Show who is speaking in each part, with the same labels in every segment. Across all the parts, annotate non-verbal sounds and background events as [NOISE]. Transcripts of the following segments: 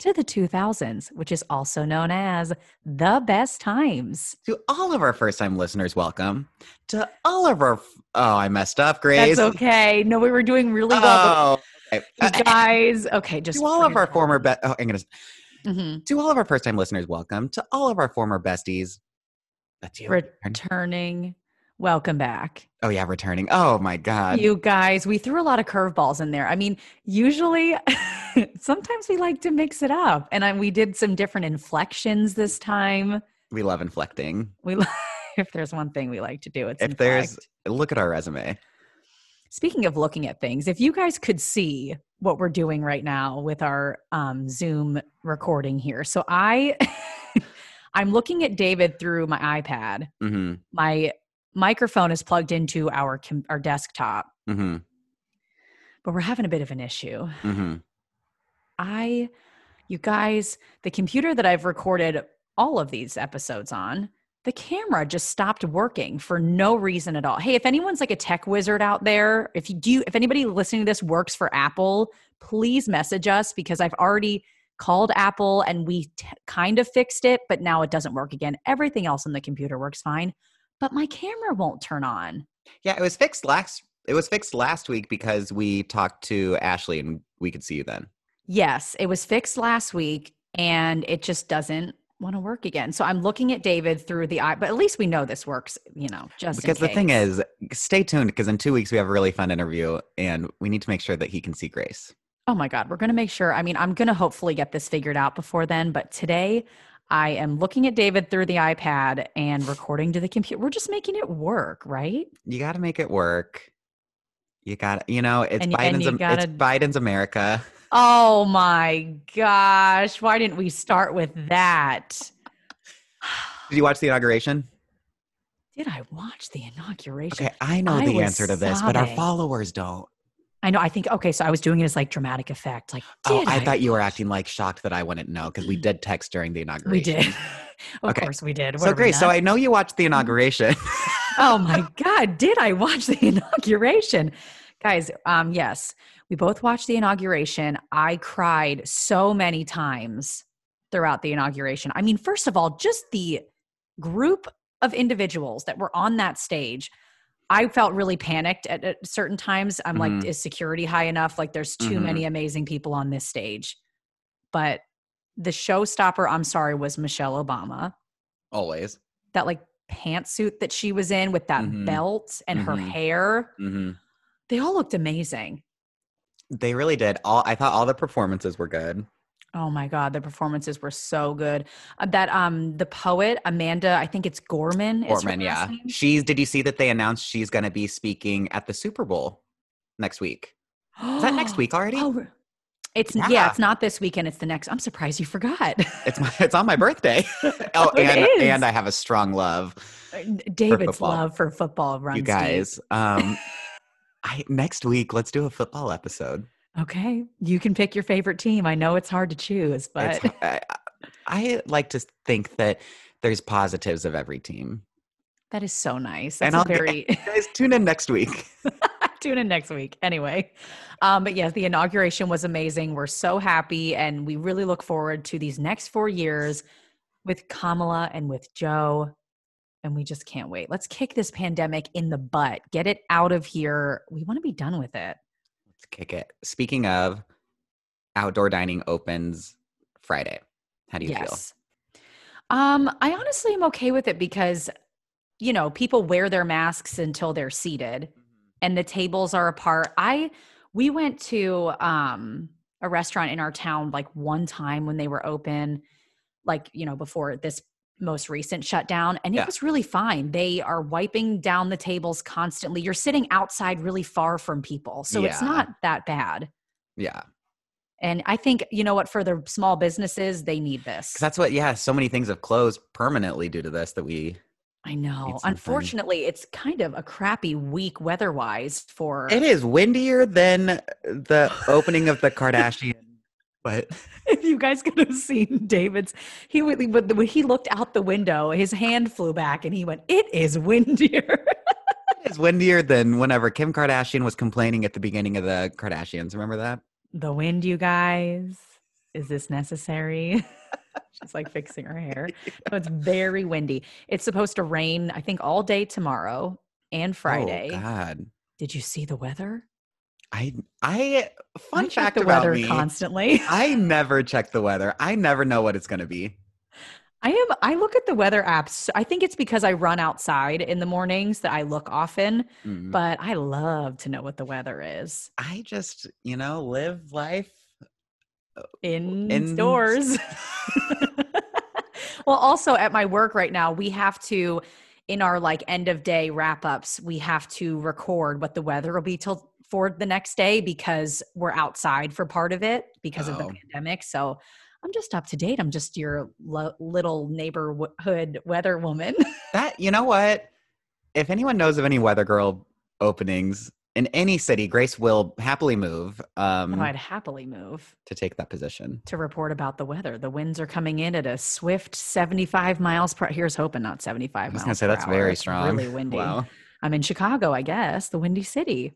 Speaker 1: to the 2000s, which is also known as the best times.
Speaker 2: To all of our first time listeners, welcome. To all of our. f- oh, I messed up, Grace.
Speaker 1: That's okay. No, we were doing really
Speaker 2: Oh,
Speaker 1: well.
Speaker 2: okay.
Speaker 1: but You guys, okay, just
Speaker 2: To all of our
Speaker 1: forget
Speaker 2: former best. Oh, I'm going to.
Speaker 1: that. Mhm.
Speaker 2: To all of our first time listeners, welcome. To all of our former besties. That's you.
Speaker 1: returning. Welcome back.
Speaker 2: oh, yeah, returning. Oh, my God.
Speaker 1: You guys, we threw a lot of curveballs in there. I mean, usually, [LAUGHS] sometimes we like to mix it up, and I, we did some different inflections this time.
Speaker 2: we love inflecting.
Speaker 1: We, li- [LAUGHS] if there's one thing we like to do, it's
Speaker 2: If there's-
Speaker 1: inflect.
Speaker 2: Look at our resume.
Speaker 1: Speaking of looking at things, if you guys could see what we're doing right now with our um, Zoom recording here, so I, [LAUGHS] I'm looking at David through my iPad.
Speaker 2: hmm
Speaker 1: My microphone is plugged into our com- our desktop,
Speaker 2: hmm
Speaker 1: but we're having a bit of an issue.
Speaker 2: hmm
Speaker 1: I, you guys, the computer that I've recorded all of these episodes on, the camera just stopped working for no reason at all. Hey, if anyone's like a tech wizard out there, if you do, if anybody listening to this works for Apple, please message us because I've already called Apple and we t- kind of fixed it, but now it doesn't work again. Everything else in the computer works fine, but my camera won't turn on.
Speaker 2: Yeah, it was fixed last. It was fixed last week because we talked to Ashley and we could see you then.
Speaker 1: Yes, it was fixed last week and it just doesn't want to work again. So I'm looking at David through the eye, but at least we know this works, you know, just in
Speaker 2: because the thing
Speaker 1: case.
Speaker 2: is, stay tuned because in two weeks we have a really fun interview and we need to make sure that he can see Grace.
Speaker 1: oh my God, we're going to make sure. I mean, I'm going to hopefully get this figured out before then, but today I am looking at David through the iPad and recording to the computer. We're just making it work, right?
Speaker 2: You got to make it work. You got to, you know, it's
Speaker 1: And y- and
Speaker 2: Biden's.
Speaker 1: you
Speaker 2: Am-
Speaker 1: gotta-
Speaker 2: It's Biden's
Speaker 1: [GASPS]
Speaker 2: America.
Speaker 1: Oh my gosh, why didn't we start with that?
Speaker 2: Did you watch the inauguration?
Speaker 1: Did I watch the inauguration?
Speaker 2: Okay, I know
Speaker 1: I
Speaker 2: the
Speaker 1: was
Speaker 2: answer to this, but our
Speaker 1: sobbing.
Speaker 2: followers don't.
Speaker 1: I know. I think okay. So I was doing it as like dramatic effect. Like,
Speaker 2: Oh,
Speaker 1: did
Speaker 2: I, thought you were acting like shocked that I wouldn't know
Speaker 1: [GASPS]
Speaker 2: because we did text during the inauguration. [LAUGHS]
Speaker 1: We did. [LAUGHS] of
Speaker 2: Okay.
Speaker 1: course we did. What
Speaker 2: So
Speaker 1: are we Mm-hmm.
Speaker 2: Grace, so
Speaker 1: nuts?
Speaker 2: I know you watched the inauguration. [LAUGHS]
Speaker 1: oh my God, did I watch the [LAUGHS] inauguration? Guys, um, yes, we both watched the inauguration. I cried so many times throughout the inauguration. I mean, first of all, just the group of individuals that were on that stage. I felt really panicked at, at certain times. I'm
Speaker 2: Mhm.
Speaker 1: like, is security high enough? Like, there's too
Speaker 2: Mhm.
Speaker 1: many amazing people on this stage. But the showstopper, I'm sorry, was Michelle Obama.
Speaker 2: Always.
Speaker 1: that like pantsuit that she was in with that
Speaker 2: Mhm.
Speaker 1: belt and her
Speaker 2: Mhm.
Speaker 1: hair.
Speaker 2: Mm-hmm.
Speaker 1: They all looked amazing.
Speaker 2: They really did. All I thought all the performances were good.
Speaker 1: Oh my god, the performances were so good. Uh, that um the poet Amanda, I think it's Gorman. is her
Speaker 2: Portman, yeah.
Speaker 1: last name? [GASPS]
Speaker 2: She's did you see that they announced she's gonna be speaking at the Super Bowl next week? Is that next
Speaker 1: [GASPS]
Speaker 2: week already?
Speaker 1: Oh, it's yeah.
Speaker 2: Yeah.
Speaker 1: it's not this weekend. It's the next. I'm surprised you forgot. [LAUGHS]
Speaker 2: It's my it's on my birthday. [LAUGHS] oh,
Speaker 1: It
Speaker 2: and
Speaker 1: is.
Speaker 2: and I have a strong love.
Speaker 1: David's
Speaker 2: football.
Speaker 1: love for football runs
Speaker 2: you
Speaker 1: deep.
Speaker 2: guys. Um
Speaker 1: [LAUGHS]
Speaker 2: I next week let's do a football episode.
Speaker 1: Okay, you can pick your favorite team. I know it's hard to choose, but
Speaker 2: It's- I, I like to think that there's positives of every team.
Speaker 1: [LAUGHS] that is so nice.
Speaker 2: And
Speaker 1: That's a
Speaker 2: I'll get-
Speaker 1: very
Speaker 2: Guys, tune in next week.
Speaker 1: [LAUGHS] Tune in next week. Anyway, um, but yes, the inauguration was amazing. We're so happy, and we really look forward to these next four years with Kamala and with Joe. And we just can't wait. Let's kick this pandemic in the butt. Get it out of here. We want to be done with it.
Speaker 2: Let's kick it. Speaking of, outdoor dining opens Friday. How do you feel?
Speaker 1: Um, I honestly am okay with it because, you know, people wear their masks until they're seated.
Speaker 2: Mm-hmm.
Speaker 1: and the tables are apart. I we went to um a restaurant in our town like one time when they were open, like you know, before this most recent shutdown, and it
Speaker 2: Yeah.
Speaker 1: was really fine. They are wiping down the tables constantly. You're sitting outside really far from people. So it's
Speaker 2: Yeah.
Speaker 1: not that bad.
Speaker 2: Yeah.
Speaker 1: And I think, you know what, for the small businesses, they need this.
Speaker 2: Because that's what, yeah, so many things have closed permanently due to this that we
Speaker 1: I know.
Speaker 2: It's insane.
Speaker 1: Unfortunately, it's kind of a crappy week weather wise for
Speaker 2: It is windier than the opening of the Kardashian.
Speaker 1: [LAUGHS]
Speaker 2: But
Speaker 1: [LAUGHS] if you guys could have seen David's, he would, but when he looked out the window, his hand flew back and he went, It is windier. [LAUGHS]
Speaker 2: it is windier than whenever Kim Kardashian was complaining at the beginning of the Kardashians. Remember that? Oh,
Speaker 1: the wind, you guys. Is this necessary? [LAUGHS] She's like fixing her [LAUGHS] hair. So it's very windy. It's supposed to rain, I think, all day tomorrow and Friday.
Speaker 2: Oh, God.
Speaker 1: Did you see the weather?
Speaker 2: I I fun
Speaker 1: I check
Speaker 2: fact
Speaker 1: the
Speaker 2: about
Speaker 1: weather
Speaker 2: me.
Speaker 1: constantly.
Speaker 2: I never check the weather. I never know what it's going to be.
Speaker 1: I am. I look at the weather apps. I think it's because I run outside in the mornings that I look often.
Speaker 2: Mm.
Speaker 1: But I love to know what the weather is
Speaker 2: I just, you know, live life.
Speaker 1: in,
Speaker 2: In-
Speaker 1: stores. [LAUGHS] well, also at my work right now, we have to, in our like end of day wrap ups, we have to record what the weather will be till for the next day because we're outside for part of it because of the
Speaker 2: Oh.
Speaker 1: pandemic. So I'm just up to date. I'm just your lo- little neighborhood weather woman. [LAUGHS]
Speaker 2: That, you know what? If anyone knows of any weather girl openings in any city, Grace will happily move um,
Speaker 1: Oh, I'd happily move
Speaker 2: to take that position.
Speaker 1: to report about the weather. The winds are coming in at a swift 75 miles per. Here's hoping not 75
Speaker 2: I was
Speaker 1: miles.
Speaker 2: going to say
Speaker 1: per
Speaker 2: that's
Speaker 1: hour.
Speaker 2: very
Speaker 1: It's
Speaker 2: strong. [LAUGHS]
Speaker 1: Really windy.
Speaker 2: Wow.
Speaker 1: I'm in Chicago, I guess, the windy city.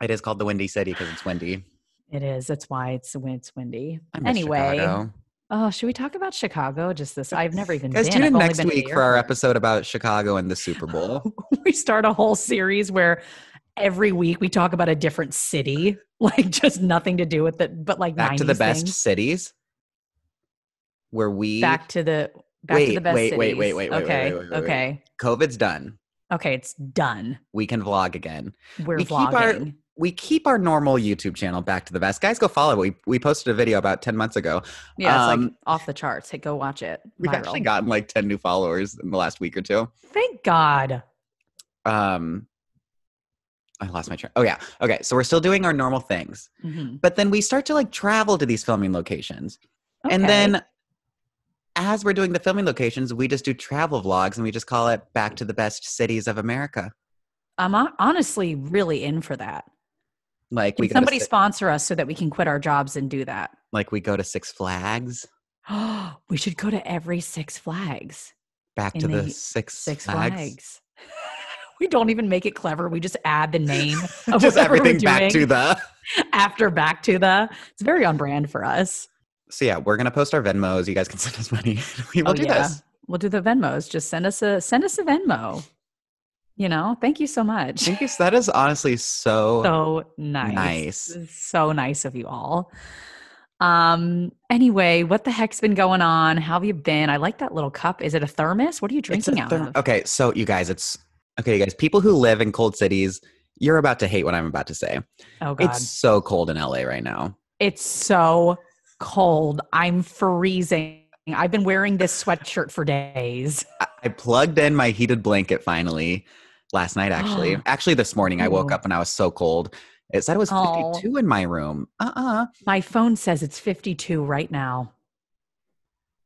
Speaker 2: It is called the Windy City because it's windy.
Speaker 1: It is. That's why it's when it's windy.
Speaker 2: I miss
Speaker 1: Anyway,
Speaker 2: Chicago.
Speaker 1: oh, should we talk about Chicago? Just this. I've never even
Speaker 2: guys,
Speaker 1: been.
Speaker 2: tune
Speaker 1: I've
Speaker 2: in
Speaker 1: only
Speaker 2: next
Speaker 1: been to the
Speaker 2: week for our
Speaker 1: [LAUGHS] airport.
Speaker 2: episode about Chicago and the Super
Speaker 1: [GASPS]
Speaker 2: Bowl.
Speaker 1: we start a whole series where every week we talk about a different city, like just nothing to do with it, but like
Speaker 2: Back to the
Speaker 1: 90s
Speaker 2: best
Speaker 1: things.
Speaker 2: cities where we
Speaker 1: Back to the back to the
Speaker 2: Wait,
Speaker 1: best
Speaker 2: wait, wait, wait,
Speaker 1: cities.
Speaker 2: wait, wait, wait,
Speaker 1: okay,
Speaker 2: wait, wait, wait, wait.
Speaker 1: okay,
Speaker 2: COVID's done.
Speaker 1: okay. It's done.
Speaker 2: We can vlog again.
Speaker 1: We're
Speaker 2: We keep our-
Speaker 1: vlogging.
Speaker 2: We keep our normal YouTube channel back to the best. Guys, go follow it. We, we posted a video about 10 months ago.
Speaker 1: yeah, it's like
Speaker 2: um,
Speaker 1: off the charts. Hey, go watch it.
Speaker 2: We've
Speaker 1: Viral.
Speaker 2: actually gotten like 10 new followers in the last week or two.
Speaker 1: Thank God.
Speaker 2: Um, I lost my train. Oh, yeah. Okay. So we're still doing our normal things.
Speaker 1: Mhm.
Speaker 2: But then we start to like travel to these filming locations. And
Speaker 1: Okay.
Speaker 2: then as we're doing the filming locations, we just do travel vlogs and we just call it Back to the Best Cities of America.
Speaker 1: I'm hon- honestly really in for that.
Speaker 2: Like
Speaker 1: Can
Speaker 2: we, go
Speaker 1: somebody
Speaker 2: to, Six-
Speaker 1: sponsor us so that we can quit our jobs and do that? [GASPS]
Speaker 2: like we go to Six Flags,
Speaker 1: we should go to every Six Flags.
Speaker 2: back
Speaker 1: And
Speaker 2: to the
Speaker 1: they-
Speaker 2: Six,
Speaker 1: Six Flags. [LAUGHS]
Speaker 2: Flags.
Speaker 1: we don't even make it clever. We just add the [LAUGHS] name of
Speaker 2: Just
Speaker 1: whatever we're
Speaker 2: everything back to
Speaker 1: doing
Speaker 2: the.
Speaker 1: [LAUGHS] after back to the. It's very on brand for us.
Speaker 2: So yeah, we're gonna post our Venmos. You guys can [LAUGHS] send us money. we will
Speaker 1: Oh,
Speaker 2: do
Speaker 1: yeah.
Speaker 2: this.
Speaker 1: We'll do the Venmos. Just send us a send us a Venmo. You know, thank you so much.
Speaker 2: Thank you. That is honestly so.
Speaker 1: so nice.
Speaker 2: Nice.
Speaker 1: This is So nice of you all. Um, anyway, what the heck's been going on? How have you been? I like that little cup. Is it a thermos? What are you
Speaker 2: It's
Speaker 1: drinking
Speaker 2: a
Speaker 1: out
Speaker 2: therm- uh,
Speaker 1: of?
Speaker 2: Okay, so you guys, it's okay. You guys, people who live in cold cities, you're about to hate what I'm about to say.
Speaker 1: Oh god.
Speaker 2: It's
Speaker 1: It's,
Speaker 2: so cold in LA right now.
Speaker 1: so cold. I'm freezing. I've been wearing this sweatshirt for days.
Speaker 2: I- I plugged in my heated blanket finally last night.
Speaker 1: [GASPS]
Speaker 2: Actually, actually this morning I woke
Speaker 1: Ooh.
Speaker 2: up and I was so cold. It said it was
Speaker 1: Oh.
Speaker 2: 52 in my room. Uh uh
Speaker 1: My phone says it's 52 right now.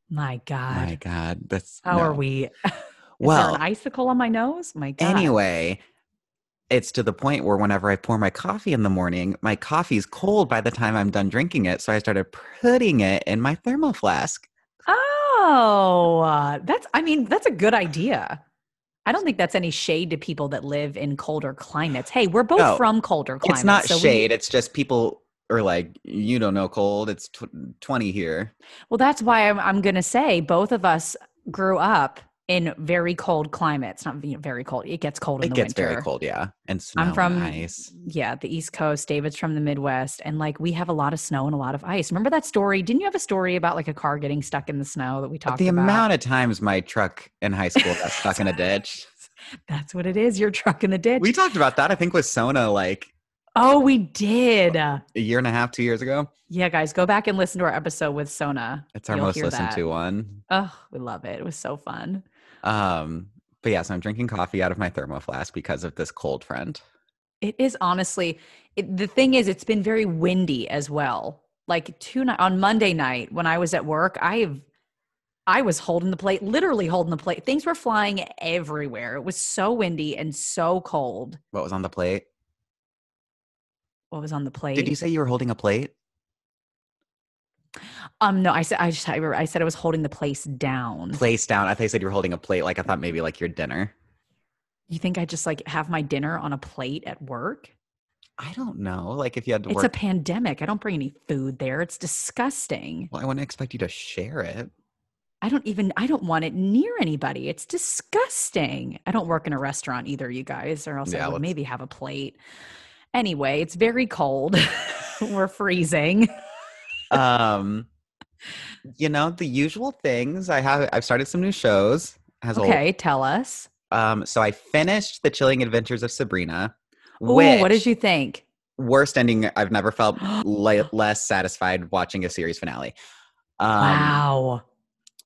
Speaker 1: My god.
Speaker 2: My God, that's
Speaker 1: How are
Speaker 2: no.
Speaker 1: we? Is there
Speaker 2: Well,
Speaker 1: an icicle on my nose? My god.
Speaker 2: anyway, it's to the point where whenever I pour my coffee in the morning, my coffee's cold by the time I'm done drinking it. So I started putting it in my thermal flask.
Speaker 1: Oh, uh, that's, I mean, that's a good idea. I don't think that's any shade to people that live in colder climates. Hey, we're both
Speaker 2: No,
Speaker 1: from colder climates.
Speaker 2: it's not
Speaker 1: so we-
Speaker 2: shade. It's just people are like, you don't know cold. It's tw- 20 here.
Speaker 1: well, that's why I'm, I'm going to say both of us grew up in very cold climates. Not ve- very cold. It gets cold in
Speaker 2: It
Speaker 1: the
Speaker 2: gets
Speaker 1: winter.
Speaker 2: very cold, yeah. And snow
Speaker 1: I'm from
Speaker 2: and ice.
Speaker 1: yeah, the East Coast. David's from the Midwest, and like we have a lot of snow and a lot of ice. Remember that story? Didn't you have a story about like a car getting stuck in the snow that we
Speaker 2: But
Speaker 1: talked
Speaker 2: the
Speaker 1: about?
Speaker 2: amount of times my truck in high school
Speaker 1: [LAUGHS]
Speaker 2: got stuck in a ditch.
Speaker 1: That's what it is. Your truck in the ditch.
Speaker 2: We talked about that, I think, with Sona like
Speaker 1: oh, we did. Uh,
Speaker 2: a year and a half, two years ago.
Speaker 1: Yeah, guys, go back and listen to our episode with Sona.
Speaker 2: It's our
Speaker 1: You'll
Speaker 2: most
Speaker 1: hear
Speaker 2: listened
Speaker 1: that.
Speaker 2: to one.
Speaker 1: Oh, we love it. It was so fun.
Speaker 2: Um, but yes, I'm drinking coffee out of my thermo flask because of this cold front.
Speaker 1: It is honestly, it, the thing is, it's been very windy as well. Like two night on Monday night when I was at work, I've I was holding the plate, literally holding the plate. Things were flying everywhere. It was so windy and so cold.
Speaker 2: What was on the plate?
Speaker 1: What was on the plate?
Speaker 2: Did you say you were holding a plate?
Speaker 1: Um, no, I said I just I, remember, I said I was holding the place down.
Speaker 2: Place down. I thought you said you were holding a plate. Like I thought maybe like your dinner.
Speaker 1: You think I just like have my dinner on a plate at work?
Speaker 2: I don't know. Like if you had to
Speaker 1: It's
Speaker 2: work,
Speaker 1: a pandemic. I don't bring any food there. It's disgusting.
Speaker 2: well, I wouldn't expect you to share
Speaker 1: [LAUGHS]
Speaker 2: it.
Speaker 1: I don't even I don't want it near anybody. It's disgusting. I don't work in a restaurant either, you guys, or else
Speaker 2: Yeah,
Speaker 1: I would
Speaker 2: let's-
Speaker 1: maybe have a plate. Anyway, it's very cold. [LAUGHS] We're freezing.
Speaker 2: Um, you know the usual things. I have. I've started some new shows. As okay.
Speaker 1: Okay, tell us.
Speaker 2: Um, so I finished the Chilling Adventures of Sabrina.
Speaker 1: Ooh,
Speaker 2: which,
Speaker 1: what did you think?
Speaker 2: worst ending I've never
Speaker 1: [GASPS]
Speaker 2: felt le- less satisfied watching a series finale. Um,
Speaker 1: wow.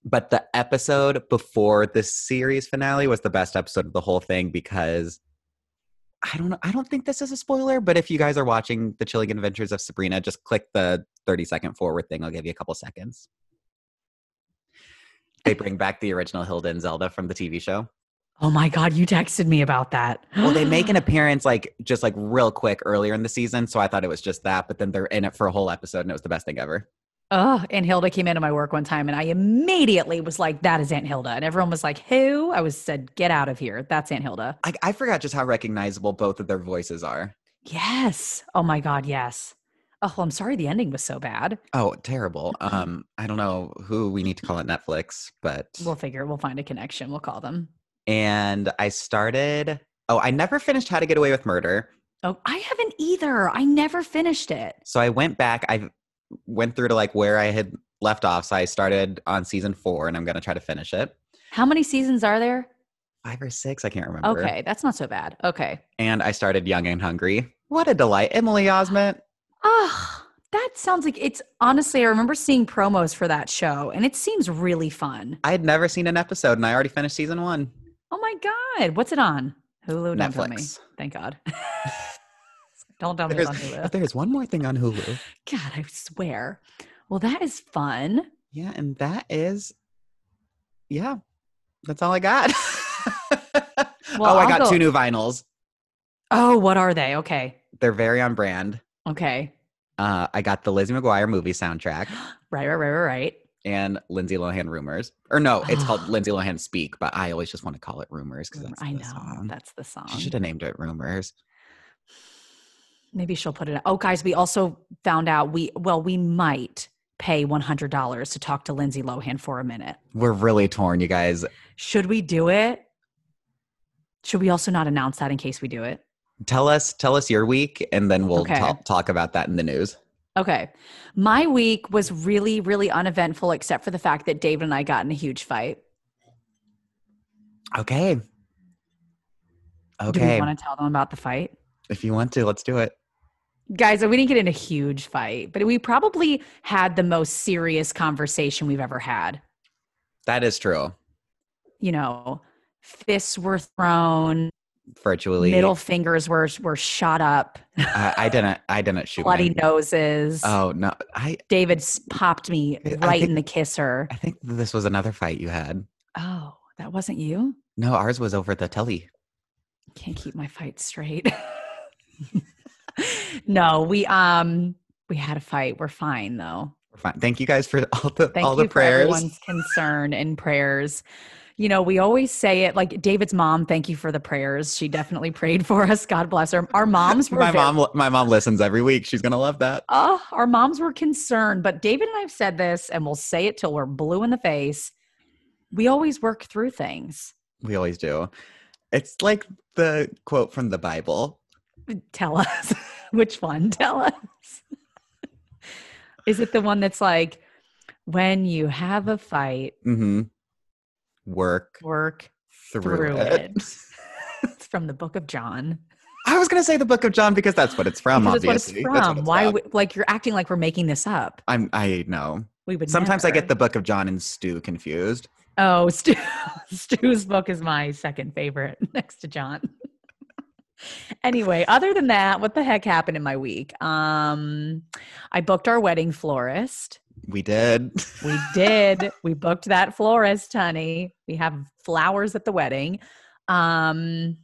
Speaker 2: But the episode before the series finale was the best episode of the whole thing because I don't know. I don't think this is a spoiler, but if you guys are watching the Chilling Adventures of Sabrina, just click the 30 second forward thing. I'll give you a couple seconds. They bring back the original Hilda and Zelda from the TV show.
Speaker 1: Oh my god, you texted me about that.
Speaker 2: Well, they
Speaker 1: [GASPS]
Speaker 2: make an appearance like just like real quick earlier in the season, so I thought it was just that. But then they're in it for a whole episode, and it was the best thing ever.
Speaker 1: Oh, Aunt Hilda came into my work one time and I immediately was like, that is Aunt Hilda. And everyone was like, who? I was said, get out of here. That's Aunt Hilda.
Speaker 2: I, I forgot just how recognizable both of their voices are.
Speaker 1: Yes. Oh my God, yes. Oh, well, I'm sorry the ending was so bad.
Speaker 2: Oh, terrible.
Speaker 1: Mm-hmm.
Speaker 2: Um, I don't know who we need to call it Netflix, but
Speaker 1: We'll figure we'll find a connection. We'll call them.
Speaker 2: and I started. Oh, I never finished How to Get Away with Murder,
Speaker 1: Oh, I haven't either. I never finished it.
Speaker 2: so I went back. I went through to like where I had left off. So I started on season four, and I'm gonna try to finish it.
Speaker 1: How many seasons are there?
Speaker 2: Five or six, I can't remember.
Speaker 1: Okay, that's not so bad. Okay.
Speaker 2: And I started Young and Hungry. What a delight, Emily Osment.
Speaker 1: Ah, that sounds like it's honestly, I remember seeing promos for that show and it seems really fun.
Speaker 2: I had never seen an episode and I already finished season one.
Speaker 1: Oh my God. What's it on? Hulu? Don't tell me.
Speaker 2: Netflix.
Speaker 1: Thank God.
Speaker 2: [LAUGHS]
Speaker 1: Don't tell me
Speaker 2: There's,
Speaker 1: it's on Hulu.
Speaker 2: there's one more thing on Hulu.
Speaker 1: God, I swear. Well, that is fun.
Speaker 2: Yeah, and that is, yeah, that's all I got. [LAUGHS]
Speaker 1: Well,
Speaker 2: oh, I
Speaker 1: I'll
Speaker 2: got
Speaker 1: go-
Speaker 2: two new vinyls.
Speaker 1: Oh, what are they? Okay.
Speaker 2: They're very on brand.
Speaker 1: Okay.
Speaker 2: Uh, I got the Lizzie McGuire movie soundtrack
Speaker 1: [GASPS] Right, right, right, right, right.
Speaker 2: and Lindsay Lohan rumors. Or no, it's called
Speaker 1: [GASPS]
Speaker 2: Lindsay Lohan Speak, but I always just want to call it rumors because
Speaker 1: Rumor-
Speaker 2: that's
Speaker 1: I
Speaker 2: the
Speaker 1: know.
Speaker 2: song.
Speaker 1: That's the song.
Speaker 2: She should have named it rumors.
Speaker 1: Maybe she'll put it. Oh, guys, we also found out we, well, we might pay $100 to talk to Lindsay Lohan for a minute.
Speaker 2: We're really torn, you guys.
Speaker 1: Should we do it? Should we also not announce that in case we do it?
Speaker 2: Tell us, tell us your week, and then we'll
Speaker 1: Okay.
Speaker 2: ta- talk about that in the news.
Speaker 1: Okay. My week was really, really uneventful, except for the fact that David and I got in a huge fight.
Speaker 2: Okay.
Speaker 1: Do we
Speaker 2: Okay.
Speaker 1: want to tell them about the fight?
Speaker 2: if you want to, let's do it.
Speaker 1: Guys, we didn't get in a huge fight, but we probably had the most serious conversation we've ever had.
Speaker 2: That is true.
Speaker 1: You know, fists were thrown,
Speaker 2: Virtually.
Speaker 1: middle fingers were were shot up,
Speaker 2: I, I didn't. I didn't shoot.
Speaker 1: bloody
Speaker 2: him.
Speaker 1: noses.
Speaker 2: Oh no! I
Speaker 1: David s- popped me
Speaker 2: I- I
Speaker 1: right in
Speaker 2: think-
Speaker 1: the kisser.
Speaker 2: I think this was another fight you had.
Speaker 1: Oh, that wasn't you?
Speaker 2: No, ours was over the telly.
Speaker 1: can't keep my fight straight. [LAUGHS] no, we um we had a fight. We're fine though.
Speaker 2: We're fine. Thank you guys for all the
Speaker 1: Thank
Speaker 2: all the
Speaker 1: you for
Speaker 2: prayers.
Speaker 1: everyone's concern and prayers. You know, we always say it like David's mom, thank you for the prayers. She definitely prayed for us. God bless her. Our moms were
Speaker 2: my
Speaker 1: very-
Speaker 2: mom. My mom listens every week. She's gonna love that.
Speaker 1: Oh, our moms were concerned, but David and I've said this and we'll say it till we're blue in the face. We always work through things.
Speaker 2: We always do. It's like the quote from the Bible.
Speaker 1: Tell [LAUGHS] us which one. Tell us. Is it the one that's like, when you have a fight,
Speaker 2: Mm-hmm. Work
Speaker 1: work
Speaker 2: through,
Speaker 1: through,
Speaker 2: it.
Speaker 1: it? it's from the book of John.
Speaker 2: I was gonna say the Book of John because that's what it's from.
Speaker 1: Because
Speaker 2: obviously,
Speaker 1: it's what it's
Speaker 2: That's
Speaker 1: from. Why?
Speaker 2: from.
Speaker 1: would- like you're acting like we're making this up.
Speaker 2: I'm. I know.
Speaker 1: We would.
Speaker 2: Sometimes I get the
Speaker 1: never.
Speaker 2: Book of John and Stew confused.
Speaker 1: Oh, [LAUGHS] Stu, Stu's book is my second favorite [LAUGHS] next to John. anyway, other than that, what the heck happened in my week? Um, I booked our wedding florist.
Speaker 2: We did. [LAUGHS]
Speaker 1: We did. we booked that florist, honey. We have flowers at the wedding. Um,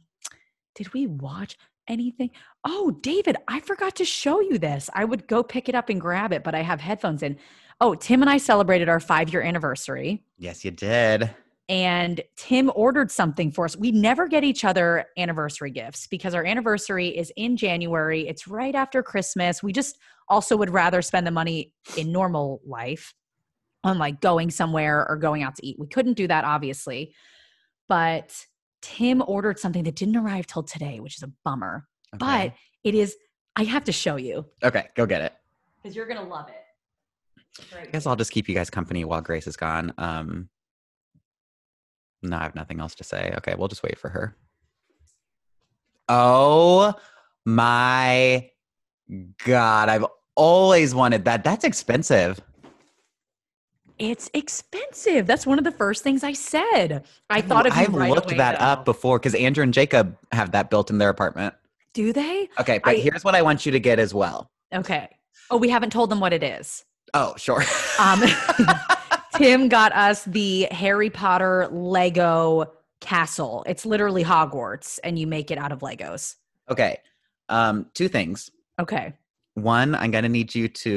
Speaker 1: did we watch anything? Oh, David, I forgot to show you this. I would go pick it up and grab it, but I have headphones in. Oh, Tim and I celebrated our five year anniversary,
Speaker 2: Yes, you did.
Speaker 1: and Tim ordered something for us. We never get each other anniversary gifts because our anniversary is in January. It's right after Christmas. We just also would rather spend the money in normal life on like going somewhere or going out to eat. We couldn't do that, obviously. But Tim ordered something that didn't arrive till today, which is a bummer but it is i have to show you
Speaker 2: but okay, go get it.
Speaker 1: because you're gonna love it
Speaker 2: I guess I'll just keep you guys company while Grace is gone. Um, no, I have nothing else to say. Okay, we'll just wait for her. Oh my god, I've always wanted that. That's expensive.
Speaker 1: it's expensive that's one of the first things i said i thought of you
Speaker 2: I've
Speaker 1: right
Speaker 2: looked
Speaker 1: away,
Speaker 2: that
Speaker 1: though.
Speaker 2: up before because Andrew and Jacob have that built in their apartment.
Speaker 1: do they
Speaker 2: Okay, but
Speaker 1: I-
Speaker 2: here's what I want you to get as well.
Speaker 1: okay oh we haven't told them what it is
Speaker 2: Oh, sure. [LAUGHS]
Speaker 1: um [LAUGHS] tim got us the harry potter lego castle it's literally hogwarts and you make it out of legos
Speaker 2: okay. Um, two things.
Speaker 1: okay
Speaker 2: one i'm going to need you to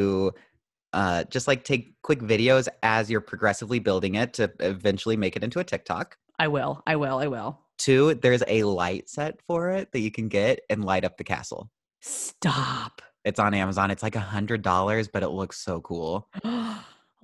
Speaker 2: uh, just like take quick videos as you're progressively building it to eventually make it into a tiktok
Speaker 1: i will i will i will
Speaker 2: two there's a light set for it that you can get and light up the castle
Speaker 1: stop
Speaker 2: it's on amazon it's like a hundred dollars but it looks so cool
Speaker 1: [GASPS] oh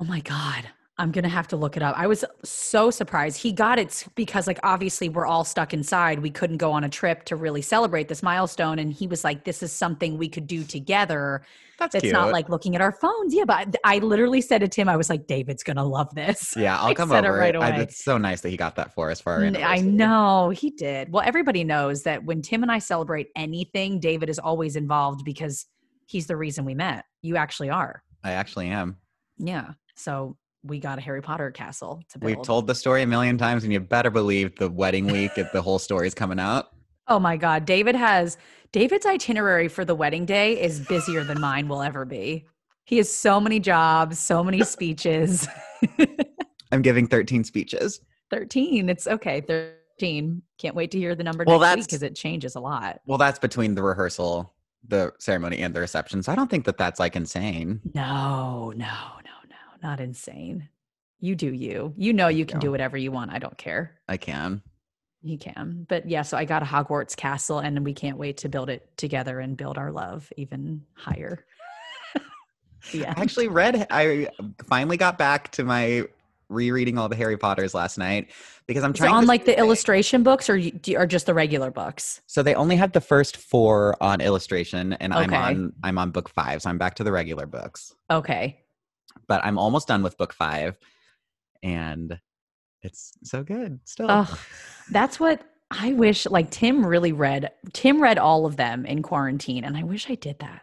Speaker 1: my god i'm gonna have to look it up i was so surprised he got it s- because like obviously we're all stuck inside we couldn't go on a trip to really celebrate this milestone and he was like this is something we could do together
Speaker 2: that's
Speaker 1: that's not like looking at our phones yeah but i I literally said to tim i was like david's gonna
Speaker 2: [LAUGHS]
Speaker 1: love this
Speaker 2: yeah i'll
Speaker 1: I
Speaker 2: come
Speaker 1: said it
Speaker 2: over
Speaker 1: right
Speaker 2: I-
Speaker 1: away.
Speaker 2: it's so nice that he got that for us for our
Speaker 1: N- I
Speaker 2: anniversary.
Speaker 1: know he did. Well, everybody knows that when Tim and I celebrate anything, David is always involved because he's the reason we met. You actually are.
Speaker 2: i actually am
Speaker 1: Yeah. So we got a Harry Potter castle to build.
Speaker 2: we've told the story a million times and you better believe the wedding week if the whole story's coming out
Speaker 1: Oh my God. David has David's itinerary for the wedding day is busier than mine will ever be. He has so many jobs, so
Speaker 2: [LAUGHS]
Speaker 1: many speeches.
Speaker 2: i'm giving 13 speeches
Speaker 1: 13. It's okay. 13. Can't wait to hear the number
Speaker 2: Well,
Speaker 1: next
Speaker 2: that's-
Speaker 1: week because it changes a lot.
Speaker 2: Well, that's between the rehearsal, the ceremony, and the reception. So I don't think that that's like insane.
Speaker 1: No, no, no, no. Not insane. You do you. You know you can
Speaker 2: Yeah.
Speaker 1: do whatever you want. I don't care.
Speaker 2: I can.
Speaker 1: You can. But yeah, so I got a Hogwarts castle and we can't wait to build it together and build our love even higher. [LAUGHS] yeah. [LAUGHS]
Speaker 2: I actually read, I finally got back to my rereading all the Harry Potters last night because I'm
Speaker 1: So
Speaker 2: trying
Speaker 1: on
Speaker 2: to
Speaker 1: like the
Speaker 2: stay-
Speaker 1: illustration books, or you- do you- or just the regular books?
Speaker 2: So they only have the first four on illustration, and I'm
Speaker 1: Okay.
Speaker 2: on I'm on book five, so I'm back to the regular books.
Speaker 1: Okay,
Speaker 2: But I'm almost done with book five, and it's so good still.
Speaker 1: Ugh, that's what I wish. Like Tim really read. Tim read all of them in quarantine, and I wish I did that.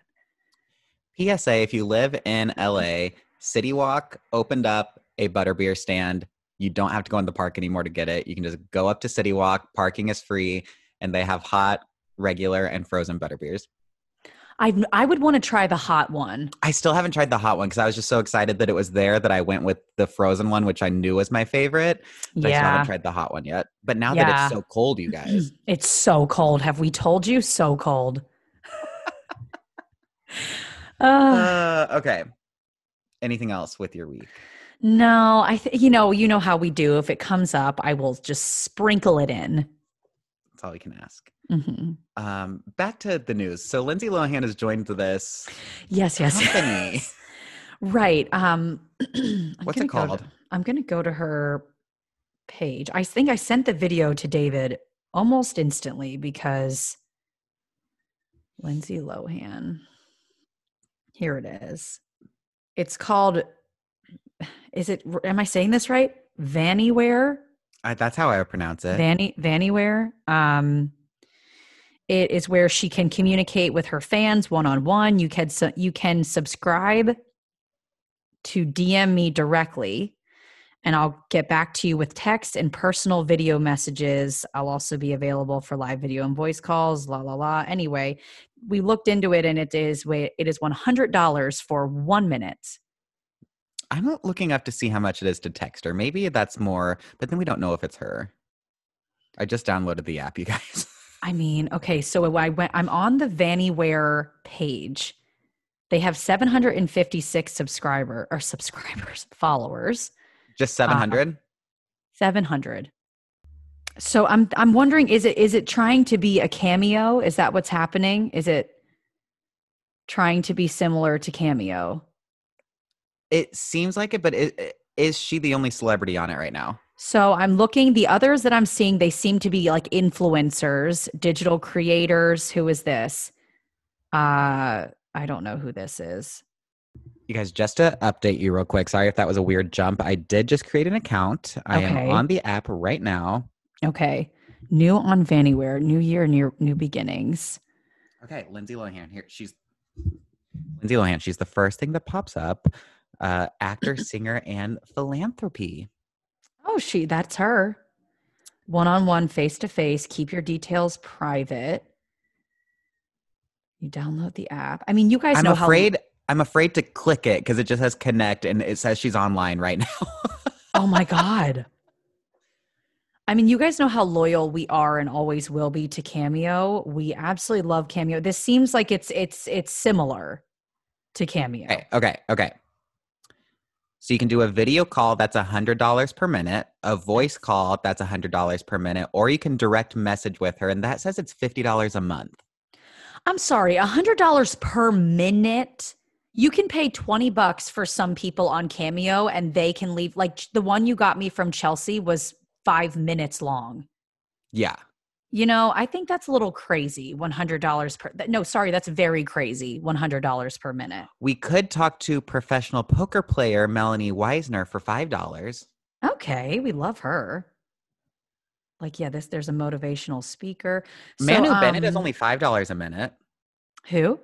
Speaker 2: PSA if you live in
Speaker 1: Mm-hmm.
Speaker 2: LA, City Walk opened up a butterbeer stand. You don't have to go in the park anymore to get it. You can just go up to City Walk. Parking is free, and they have hot, regular, and frozen butterbeers.
Speaker 1: I I would want to try the hot one.
Speaker 2: I still haven't tried the hot one because I was just so excited that it was there that I went with the frozen one, which I knew was my favorite. But I still haven't
Speaker 1: yeah,
Speaker 2: tried the hot one yet. But now
Speaker 1: Yeah.
Speaker 2: that it's so cold, you
Speaker 1: [LAUGHS]
Speaker 2: guys,
Speaker 1: [CLEARS THROAT] it's so cold. Have we told you?
Speaker 2: [LAUGHS]
Speaker 1: So cold. Ugh.
Speaker 2: uh, okay. Anything else with your week?
Speaker 1: no, I th- you know you know how we do. If it comes up, I will just sprinkle it in.
Speaker 2: That's all we can ask.
Speaker 1: Mhm.
Speaker 2: Um, back to the news. So Lindsay Lohan has joined this
Speaker 1: Yes, yes,
Speaker 2: Company.
Speaker 1: yes. [LAUGHS] Right. Um, [CLEARS THROAT] I'm
Speaker 2: What's it
Speaker 1: gonna go to-
Speaker 2: called?
Speaker 1: I'm going to go to her page. I think I sent the video to David almost instantly because Lindsay Lohan. Here it is. It's called. Is it? Am I saying this right? Vanniware.
Speaker 2: I, that's how I would pronounce it.
Speaker 1: Vanny Vanniware. Um, it is where she can communicate with her fans one on one. You can su- you can subscribe to DM me directly, and I'll get back to you with text and personal video messages. I'll also be available for live video and voice calls. La la la. Anyway, we looked into it, and it is wa- it is one hundred dollars for one minute.
Speaker 2: I'm not looking up to see how much it is to text her. Maybe that's more, but then we don't know if it's her. I just downloaded the app, you guys. [LAUGHS]
Speaker 1: I mean, okay, so I went I'm on the Vannyware page. They have 756 subscriber or subscribers, [LAUGHS] followers,
Speaker 2: Just 700?
Speaker 1: 700. So I'm I'm wondering is it is it trying to be a cameo? Is that what's happening? Is it trying to be similar to cameo?
Speaker 2: it seems like it, but i- i- is she the only celebrity on it right now?
Speaker 1: So I'm looking the others that I'm seeing they seem to be like influencers, digital creators. Who is this? Uh I don't know who this is.
Speaker 2: You guys, just to update you real quick, sorry if that was a weird jump. I did just create an account. I
Speaker 1: Okay.
Speaker 2: am on the app right now.
Speaker 1: Okay. New on Vannyware, new year, new new beginnings.
Speaker 2: Okay, Lindsay Lohan. Here she's Lindsay Lohan. She's the first thing that pops up. Uh, actor, singer, and philanthropy.
Speaker 1: Oh, she that's her. One on one, face to face, keep your details private. You download the app. I mean, you guys
Speaker 2: I'm
Speaker 1: know
Speaker 2: afraid. I'm afraid to click it because it just says connect and it says she's online right now. [LAUGHS]
Speaker 1: how [LAUGHS] Oh my god. I mean, you guys know how loyal we are and always will be to Cameo. We absolutely love Cameo. This seems like it's it's it's similar to Cameo.
Speaker 2: Okay, okay, okay. So you can do a video call that's $100 per minute, a voice call that's $100 per minute, or you can direct message with her and that says it's $50 a month.
Speaker 1: I'm sorry, $100 per minute. You can pay 20 bucks for some people on Cameo and they can leave. Like ch- the one you got me from Chelsea was five minutes long.
Speaker 2: Yeah.
Speaker 1: You know, I think that's a little crazy. $100 per, th- no, sorry, that's very crazy. $100 per minute.
Speaker 2: We could talk to professional poker player Melanie Weisner for $5.
Speaker 1: Okay, we love her. Like, yeah, this, there's a motivational speaker. So,
Speaker 2: Manu Bennett is
Speaker 1: um,
Speaker 2: only $5 a minute.
Speaker 1: who?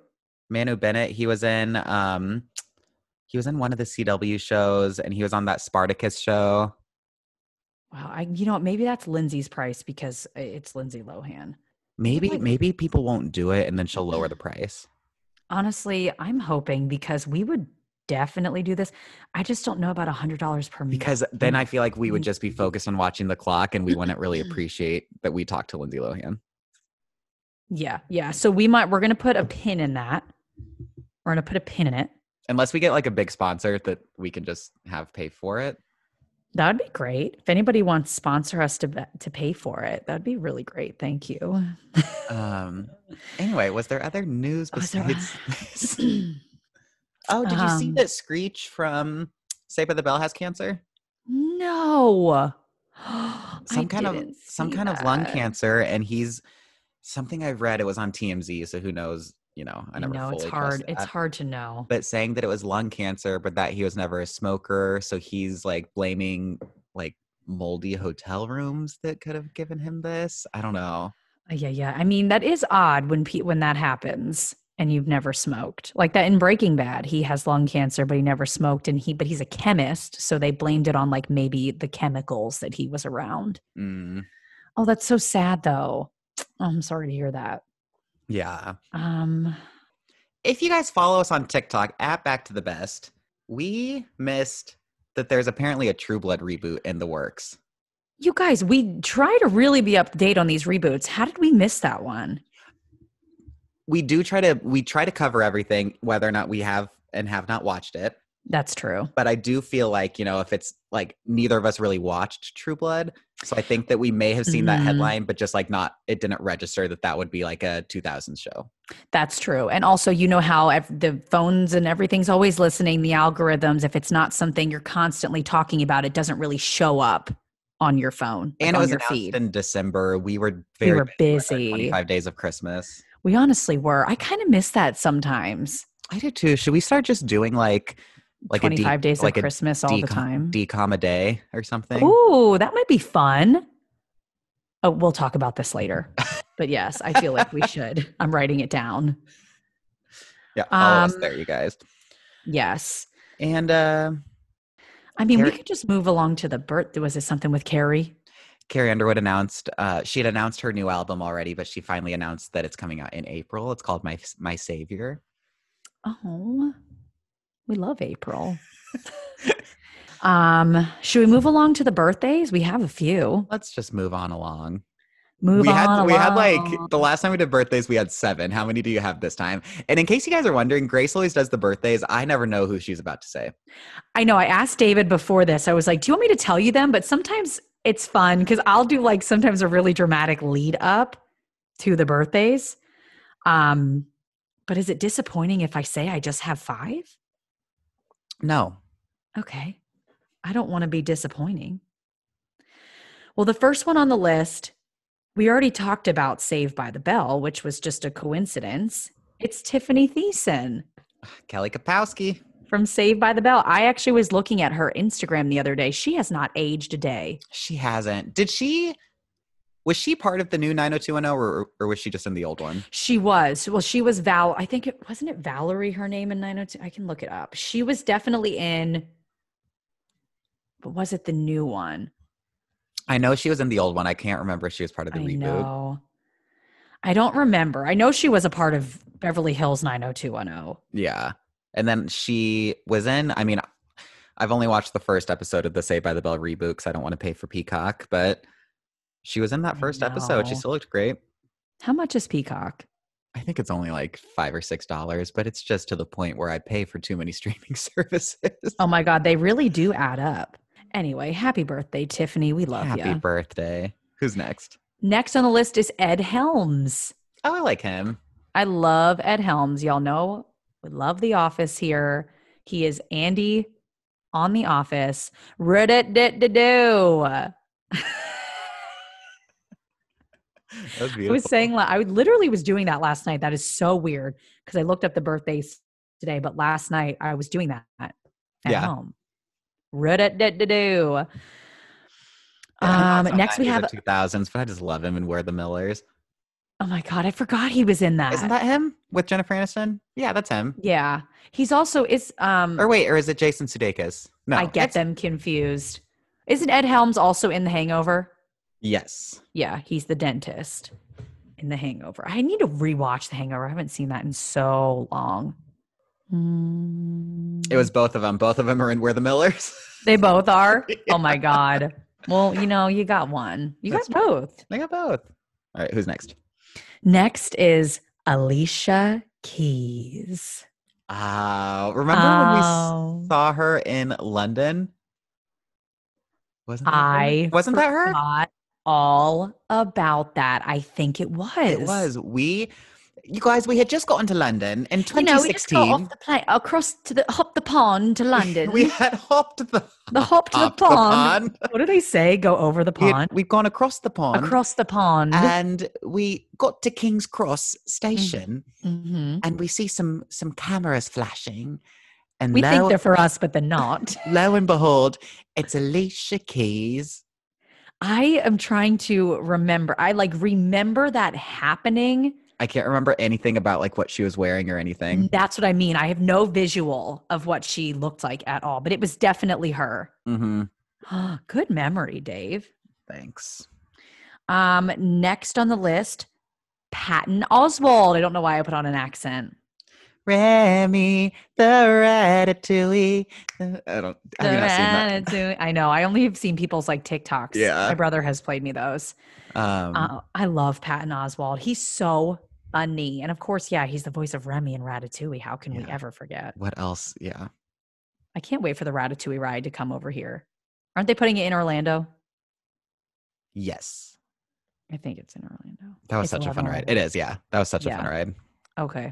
Speaker 2: Manu Bennett, he was in um he was in one of the CW shows and he was on that Spartacus show.
Speaker 1: Wow, I, you know, what, maybe that's Lindsay's price because uh, it's Lindsay Lohan.
Speaker 2: Maybe
Speaker 1: like-
Speaker 2: maybe people won't do it and then she'll lower the price.
Speaker 1: Honestly, I'm hoping because we would definitely do this. I just don't know about a hundred dollars per month.
Speaker 2: Because then I feel like we would
Speaker 1: Mm.
Speaker 2: just be focused on watching the clock and we wouldn't
Speaker 1: [CLEARS THROAT]
Speaker 2: really appreciate that we talked to Lindsay Lohan.
Speaker 1: yeah, yeah. So we might we're gonna put a pin in that. We're gonna put a pin in it.
Speaker 2: Unless we get like a big sponsor that we can just have pay for it.
Speaker 1: That would be great. If anybody wants to sponsor us to be- to pay for it, that'd be really great.
Speaker 2: [CLEARS THROAT]
Speaker 1: Thank you.
Speaker 2: Um, anyway, was there other news
Speaker 1: Was there-
Speaker 2: besides this?
Speaker 1: [CLEARS THROAT]
Speaker 2: Oh, did you see
Speaker 1: Um,
Speaker 2: that Screech from Saved by the Bell has cancer?
Speaker 1: no. [GASPS]
Speaker 2: Some kind of some kind of lung cancer, and he's something I read. It was on TMZ, so who knows? You know, I
Speaker 1: I
Speaker 2: never.
Speaker 1: know it's
Speaker 2: fully
Speaker 1: hard.
Speaker 2: trust
Speaker 1: It's
Speaker 2: that.
Speaker 1: hard to know.
Speaker 2: but saying that it was lung cancer, but that he was never a smoker. So he's like blaming like moldy hotel rooms that could have given him this. I don't know.
Speaker 1: Uh, Yeah, yeah. I mean, that is odd when pe- when that happens and you've never smoked. Like that in Breaking Bad, he has lung cancer, but he never smoked, and he but he's a chemist, so they blamed it on like maybe the chemicals that he was around.
Speaker 2: Mm,
Speaker 1: Oh, that's so sad, though. I'm sorry to hear that.
Speaker 2: yeah.
Speaker 1: Um,
Speaker 2: If you guys follow us on TikTok at Back to the Best, we missed that there's apparently a True Blood reboot in the works.
Speaker 1: you guys, we try to really be up to date on these reboots. How did we miss that one?
Speaker 2: We do try to we try to cover everything, whether or not we have and have not watched it.
Speaker 1: That's true.
Speaker 2: But I do feel like you know if it's like neither of us really watched True Blood, so I think that we may have seen that
Speaker 1: Mhm.
Speaker 2: headline, but just like not it didn't register that that would be like a 2000 show.
Speaker 1: That's true. And also, you know how ev- the phones and everything's always listening, the algorithms, if it's not something you're constantly talking about, it doesn't really show up on your phone like
Speaker 2: And it
Speaker 1: on
Speaker 2: was
Speaker 1: your
Speaker 2: announced
Speaker 1: feed.
Speaker 2: in December. We were
Speaker 1: we
Speaker 2: very
Speaker 1: were
Speaker 2: busy.
Speaker 1: busy.
Speaker 2: 25 days of Christmas.
Speaker 1: We honestly were. I kind of miss that sometimes.
Speaker 2: I do too. Should we start just doing like like a deep-
Speaker 1: 25 days
Speaker 2: like a
Speaker 1: of Christmas all the
Speaker 2: decom-
Speaker 1: time.
Speaker 2: decom a day or something?
Speaker 1: Ooh, that might be fun. Oh, we'll talk about this
Speaker 2: [LAUGHS]
Speaker 1: later. But yes, I feel like we should. I'm writing it down.
Speaker 2: Yeah, follow us
Speaker 1: Um,
Speaker 2: there, you guys.
Speaker 1: Yes.
Speaker 2: And uh,
Speaker 1: I mean, we
Speaker 2: Carrie-
Speaker 1: could just move along to the birth. Was it something with Carrie?
Speaker 2: Carrie Underwood announced uh, she had announced her new album already, but she finally announced that it's coming out in April. It's called My My Savior.
Speaker 1: Oh, we love April. Um, should we move along to the birthdays? We have a few.
Speaker 2: Let's just move on along.
Speaker 1: Move
Speaker 2: we
Speaker 1: on.
Speaker 2: had we had like
Speaker 1: along.
Speaker 2: the last time we did birthdays, we had seven. How many do you have this time? And in case you guys are wondering, Grace always does the birthdays. I never know who she's about to say.
Speaker 1: I know. I asked David before this. I was like, "Do you want me to tell you them?" But sometimes it's fun because I'll do like sometimes a really dramatic lead up to the birthdays. Um, but is it disappointing if I say I just have five?
Speaker 2: No.
Speaker 1: Okay. I don't want to be disappointing. Well, the first one on the list, we already talked about Saved by the Bell, which was just a coincidence. It's Tiffany Thiessen
Speaker 2: Kelly Kapowski.
Speaker 1: from Saved by the Bell. I actually was looking at her Instagram the other day. She has not aged a day.
Speaker 2: She hasn't. Did she was she part of the new 90210 or, or was she just in the old one?
Speaker 1: She was. Well, she was Val. I think it wasn't it Valerie her name in 902. I can look it up. She was definitely in but was it the new one?
Speaker 2: I know she was in the old one. I can't remember if she was part of the
Speaker 1: I
Speaker 2: reboot.
Speaker 1: know. I don't remember. I know she was a part of Beverly Hills 90210.
Speaker 2: Yeah. And then she was in, I mean, I've only watched the first episode of the Saved by the Bell reboot because I don't want to pay for Peacock, but she was in that
Speaker 1: I
Speaker 2: first episode. She
Speaker 1: know.
Speaker 2: still looked great.
Speaker 1: How much is Peacock?
Speaker 2: I think it's only like five or six dollars, but it's just to the point where I pay for too many [LAUGHS] streaming services.
Speaker 1: Oh my God, they really do add up. Anyway, happy birthday, Tiffany. We love
Speaker 2: Happy
Speaker 1: you.
Speaker 2: birthday. Who's next?
Speaker 1: Next on the list is Ed Helms.
Speaker 2: Oh, I like him.
Speaker 1: I love Ed Helms. Y'all know we love The Office here. He is Andy on The Office. [LAUGHS] Rid-it-dit-do-do.
Speaker 2: That was
Speaker 1: I was
Speaker 2: beautiful.
Speaker 1: saying, la- I would- literally was doing that last night. That is so weird because I looked up the birthdays today, but last night I was doing that at
Speaker 2: Yeah.
Speaker 1: home. Ru-da-da-da-do. Um, next we have,
Speaker 2: two thousands, but I just love him and Where the Millers.
Speaker 1: oh my God, I forgot he was in that.
Speaker 2: Isn't that him with Jennifer Aniston? Yeah, that's him.
Speaker 1: Yeah. He's also, is, um,
Speaker 2: Or wait, or is it Jason Sudeikis? No,
Speaker 1: I get
Speaker 2: it's-
Speaker 1: them confused. Isn't Ed Helms also in The Hangover?
Speaker 2: Yes,
Speaker 1: Yeah, he's the dentist in The Hangover. I need to rewatch The Hangover. I haven't seen that in so long.
Speaker 2: it was both of them. Both of them are in Where the Millers. [LAUGHS]
Speaker 1: They both are. Oh my god. Well, you know, you got one. You got
Speaker 2: That's
Speaker 1: both.
Speaker 2: they got both. All right, who's next?
Speaker 1: Next is Alicia Keys.
Speaker 2: Uh, remember when we s-
Speaker 1: Oh,
Speaker 2: saw her in London? Wasn't that
Speaker 1: I
Speaker 2: her? wasn't that her?
Speaker 1: forgot all about that. I think it was.
Speaker 2: It was. We, you guys, we had just gotten to London in
Speaker 1: You know, we just
Speaker 2: 2016.
Speaker 1: got off the plane across to the hop the pond to
Speaker 2: [LAUGHS]
Speaker 1: London.
Speaker 2: we had hopped the,
Speaker 1: the hop to the
Speaker 2: hopped the pond.
Speaker 1: pond. What do they say? Go over the
Speaker 2: We had-
Speaker 1: pond.
Speaker 2: we'd gone across the pond.
Speaker 1: across the pond. Mm.
Speaker 2: and we got to King's Cross station
Speaker 1: Mhm.
Speaker 2: and we see some some cameras flashing and
Speaker 1: We
Speaker 2: lo,
Speaker 1: think they're for us, but they're not.
Speaker 2: lo and behold it's Alicia Keys
Speaker 1: I am trying to remember. I like remember that happening.
Speaker 2: I can't remember anything about like what she was wearing or anything
Speaker 1: That's what I mean. I have no visual of what she looked like at all, but it was definitely her. [GASPS]
Speaker 2: mm-hmm.
Speaker 1: Good memory, Dave.
Speaker 2: thanks
Speaker 1: Um, next on the list, Patton Oswald. I don't know why I put on an accent.
Speaker 2: Remy the Ratatouille the- I don't have you not seen
Speaker 1: I know. I only have seen people's like TikToks.
Speaker 2: Yeah.
Speaker 1: My brother has played me those.
Speaker 2: that um,
Speaker 1: Uh, I love Patton Oswald. He's so funny. And of course, yeah, he's the voice of Remy and Ratatouille. How can we
Speaker 2: Yeah.
Speaker 1: ever forget?
Speaker 2: what else yeah
Speaker 1: I can't wait for the Ratatouille ride to come over here. Aren't they putting it in Orlando?
Speaker 2: yes
Speaker 1: I think it's in Orlando.
Speaker 2: that was
Speaker 1: It's
Speaker 2: such a
Speaker 1: love
Speaker 2: fun
Speaker 1: all
Speaker 2: ride
Speaker 1: over.
Speaker 2: it is yeah that was such a fun
Speaker 1: Yeah.
Speaker 2: ride
Speaker 1: Okay.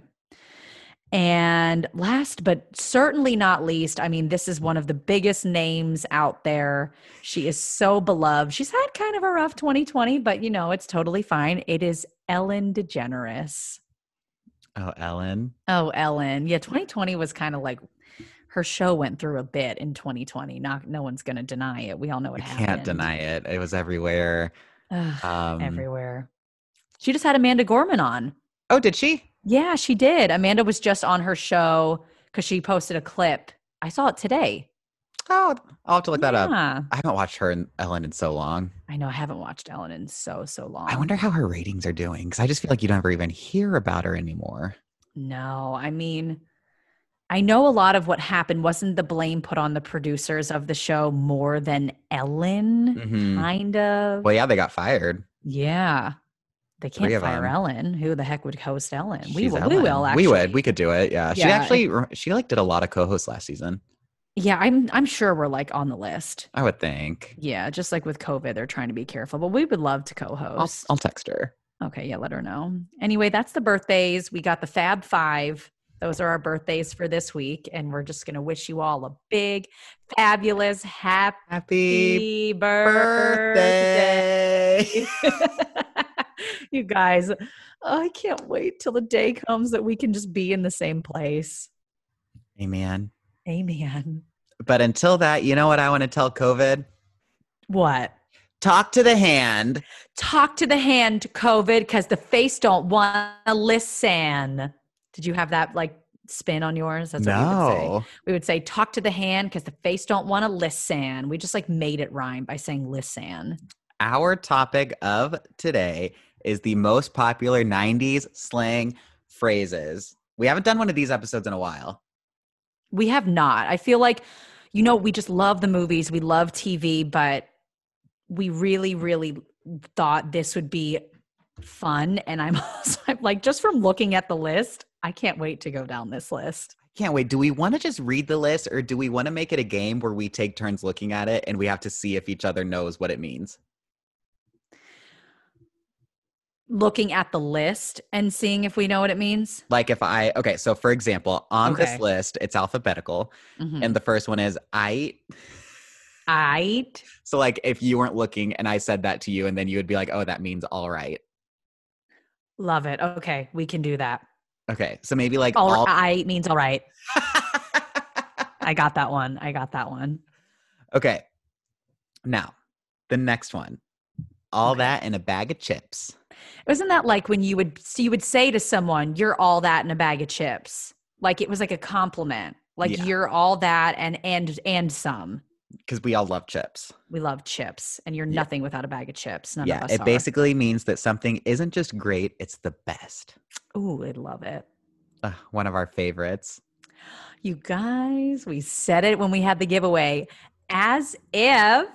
Speaker 1: And last but certainly not least, I mean, this is one of the biggest names out there. She is so beloved. She's had kind of a rough 2020, but you know, it's totally fine. It is Ellen DeGeneres.
Speaker 2: oh Ellen
Speaker 1: Oh, Ellen. Yeah, 2020 was kind of like her show went through a bit in 2020. Not, no one's going to deny it. We all know
Speaker 2: I
Speaker 1: what happened.
Speaker 2: can't deny it it was everywhere
Speaker 1: Ugh.
Speaker 2: um
Speaker 1: everywhere. She just had Amanda Gorman on.
Speaker 2: Oh, did she?
Speaker 1: Yeah, she did. Amanda was just on her show because she posted a clip. I saw it today.
Speaker 2: Oh, I'll have to look that up.
Speaker 1: Yeah.
Speaker 2: I haven't watched her and Ellen in so long.
Speaker 1: I know I haven't watched Ellen in so so long.
Speaker 2: I wonder how her ratings are doing because I just feel like you don't ever even hear about her anymore.
Speaker 1: No, I mean, I know a lot of what happened wasn't the blame put on the producers of the show more than Ellen,
Speaker 2: Mhm.
Speaker 1: kind of.
Speaker 2: Well, yeah, they got fired.
Speaker 1: Yeah. They
Speaker 2: Three
Speaker 1: can't
Speaker 2: of
Speaker 1: fire
Speaker 2: them.
Speaker 1: Ellen. Who the heck would host Ellen? Uh, we
Speaker 2: She's
Speaker 1: will. We
Speaker 2: Ellen.
Speaker 1: will. Actually.
Speaker 2: We would. We could do it. Yeah. She
Speaker 1: Yeah.
Speaker 2: actually, she like did a lot of co-hosts last season.
Speaker 1: yeah, I'm. I'm sure we're like on the list.
Speaker 2: I would think.
Speaker 1: Yeah, just like with COVID, they're trying to be careful, but we would love to
Speaker 2: I'll,
Speaker 1: co-host.
Speaker 2: I'll text her.
Speaker 1: okay, yeah, let her know. Anyway, that's the birthdays. We got the Fab Five. Those are our birthdays for this week, and we're just gonna wish you all a big, fabulous, happy
Speaker 2: Happy
Speaker 1: birthday.
Speaker 2: birthday.
Speaker 1: [LAUGHS] you guys, I can't wait till the day comes that we can just be in the same place.
Speaker 2: Amen.
Speaker 1: Amen.
Speaker 2: But until that, you know what I want to tell COVID?
Speaker 1: What?
Speaker 2: Talk to the hand.
Speaker 1: Talk to the hand, COVID, because the face don't want to listen. Did you have that like spin on yours? That's what we would say.
Speaker 2: no.
Speaker 1: We would say talk to the hand because the face don't want to listen. We just like made it rhyme by saying listen.
Speaker 2: Our topic of today is the most popular 90s slang phrases. We haven't done one of these episodes in a while.
Speaker 1: We have not. I feel like, you know, we just love the movies, we love TV, but we really, really thought this would be fun. And I'm [LAUGHS] also I'm like, just from looking at the list, I can't wait to go down this list.
Speaker 2: Can't wait. Do we want to just read the list or do we want to make it a game where we take turns looking at it and we have to see if each other knows what it means?
Speaker 1: Looking at the list and seeing if we know what it means.
Speaker 2: Like if I, okay, so for example, on
Speaker 1: Okay.
Speaker 2: this list, it's alphabetical.
Speaker 1: Mhm.
Speaker 2: And the first one is I.
Speaker 1: Aight.
Speaker 2: So like if you weren't looking and I said that to you and then you would be like, "Oh, that means all right."
Speaker 1: Love it. Okay, we can do that.
Speaker 2: Okay. So maybe like
Speaker 1: All,
Speaker 2: all,
Speaker 1: I means
Speaker 2: [LAUGHS]
Speaker 1: all right. I got that one. I got that one.
Speaker 2: Okay. Now, the next one. All
Speaker 1: Okay.
Speaker 2: that in a bag of chips.
Speaker 1: Wasn't that like when you would so you would say to someone, "You're all that in a bag of chips," like it was like a compliment, like
Speaker 2: Yeah.
Speaker 1: you're all that and and and some.
Speaker 2: Because we all love chips.
Speaker 1: We love chips, and you're
Speaker 2: Yeah.
Speaker 1: nothing without a bag of chips. None of
Speaker 2: yeah.
Speaker 1: us
Speaker 2: It
Speaker 1: are.
Speaker 2: basically means that something isn't just great, it's the best.
Speaker 1: Ooh, I love it.
Speaker 2: Ugh, one of our favorites.
Speaker 1: You guys, we said it when we had the giveaway, as if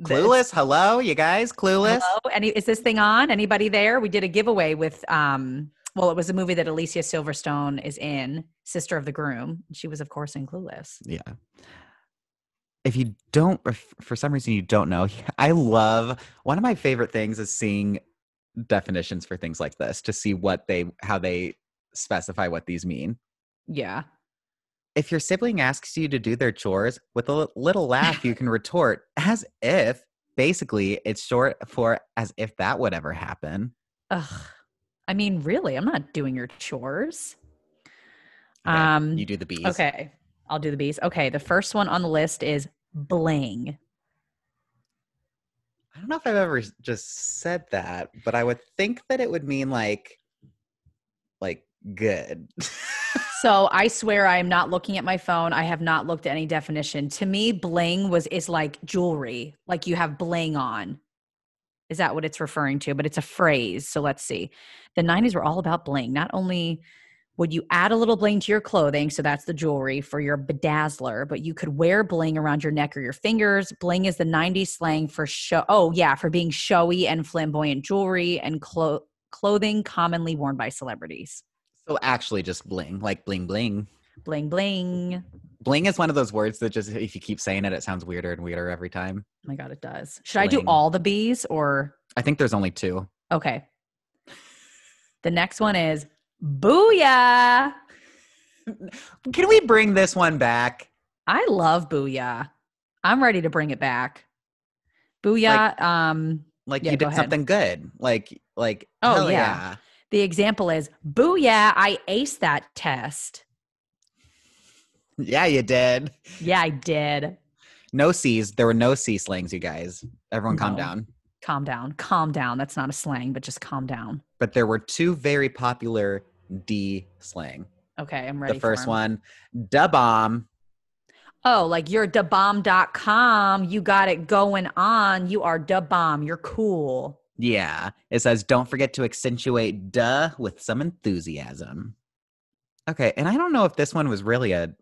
Speaker 1: this-
Speaker 2: Clueless. Hello, you guys. Clueless.
Speaker 1: Hello? Any is this thing on? Anybody there? We did a giveaway with um well, it was a movie that Alicia Silverstone is in, Sister of the Groom. She was, of course, in Clueless.
Speaker 2: Yeah. If you don't, if for some reason you don't know, [LAUGHS] I love one of my favorite things is seeing definitions for things like this to see what they, how they specify what these mean.
Speaker 1: Yeah.
Speaker 2: If your sibling asks you to do their chores with a li- little laugh, you can retort as if. Basically, it's short for as if that would ever happen.
Speaker 1: Ugh. I mean, really, I'm not doing your chores.
Speaker 2: Okay,
Speaker 1: um
Speaker 2: you do the bees.
Speaker 1: okay. I'll do the bees. Okay. The first one on the list is bling.
Speaker 2: I don't know if I've ever s- just said that, but I would think that it would mean like, like good. [LAUGHS]
Speaker 1: So I swear I am not looking at my phone. I have not looked at any definition. To me, bling was is like jewelry, like you have bling on. Is that what it's referring to? But it's a phrase. So let's see. The 90s were all about bling. Not only would you add a little bling to your clothing, so that's the jewelry for your bedazzler, but you could wear bling around your neck or your fingers. Bling is the 90s slang for show. Oh, yeah, for being showy and flamboyant jewelry and clo- clothing commonly worn by celebrities.
Speaker 2: So actually, just bling, like bling bling.
Speaker 1: Bling, bling.
Speaker 2: Bling is one of those words that just, if you keep saying it, it sounds weirder and weirder every time.
Speaker 1: Oh my god, it does. Should I do
Speaker 2: Bling.
Speaker 1: all the bees or
Speaker 2: I think there's only two.
Speaker 1: okay? The next one is booyah.
Speaker 2: Can we bring this one back?
Speaker 1: I love booyah. I'm ready to bring it back. Booyah. um,
Speaker 2: Like
Speaker 1: Yeah,
Speaker 2: you
Speaker 1: go
Speaker 2: did
Speaker 1: ahead.
Speaker 2: something good. Like like
Speaker 1: Oh,
Speaker 2: hell
Speaker 1: yeah. the example is booyah. I aced that test.
Speaker 2: yeah. Yeah, you did.
Speaker 1: Yeah, I did.
Speaker 2: No C's. There were no C slings, you guys. Everyone calm
Speaker 1: No.
Speaker 2: down.
Speaker 1: Calm down. Calm down. That's not a slang, but just calm down.
Speaker 2: But there were two very popular D slang.
Speaker 1: Okay, I'm ready.
Speaker 2: the
Speaker 1: for
Speaker 2: first
Speaker 1: 'em.
Speaker 2: one, da bomb.
Speaker 1: Oh, like you're dabomb.com. You got it going on. You are dabomb. You're cool.
Speaker 2: Yeah. It says, don't forget to accentuate duh with some enthusiasm. Okay, and I don't know if this one was really a.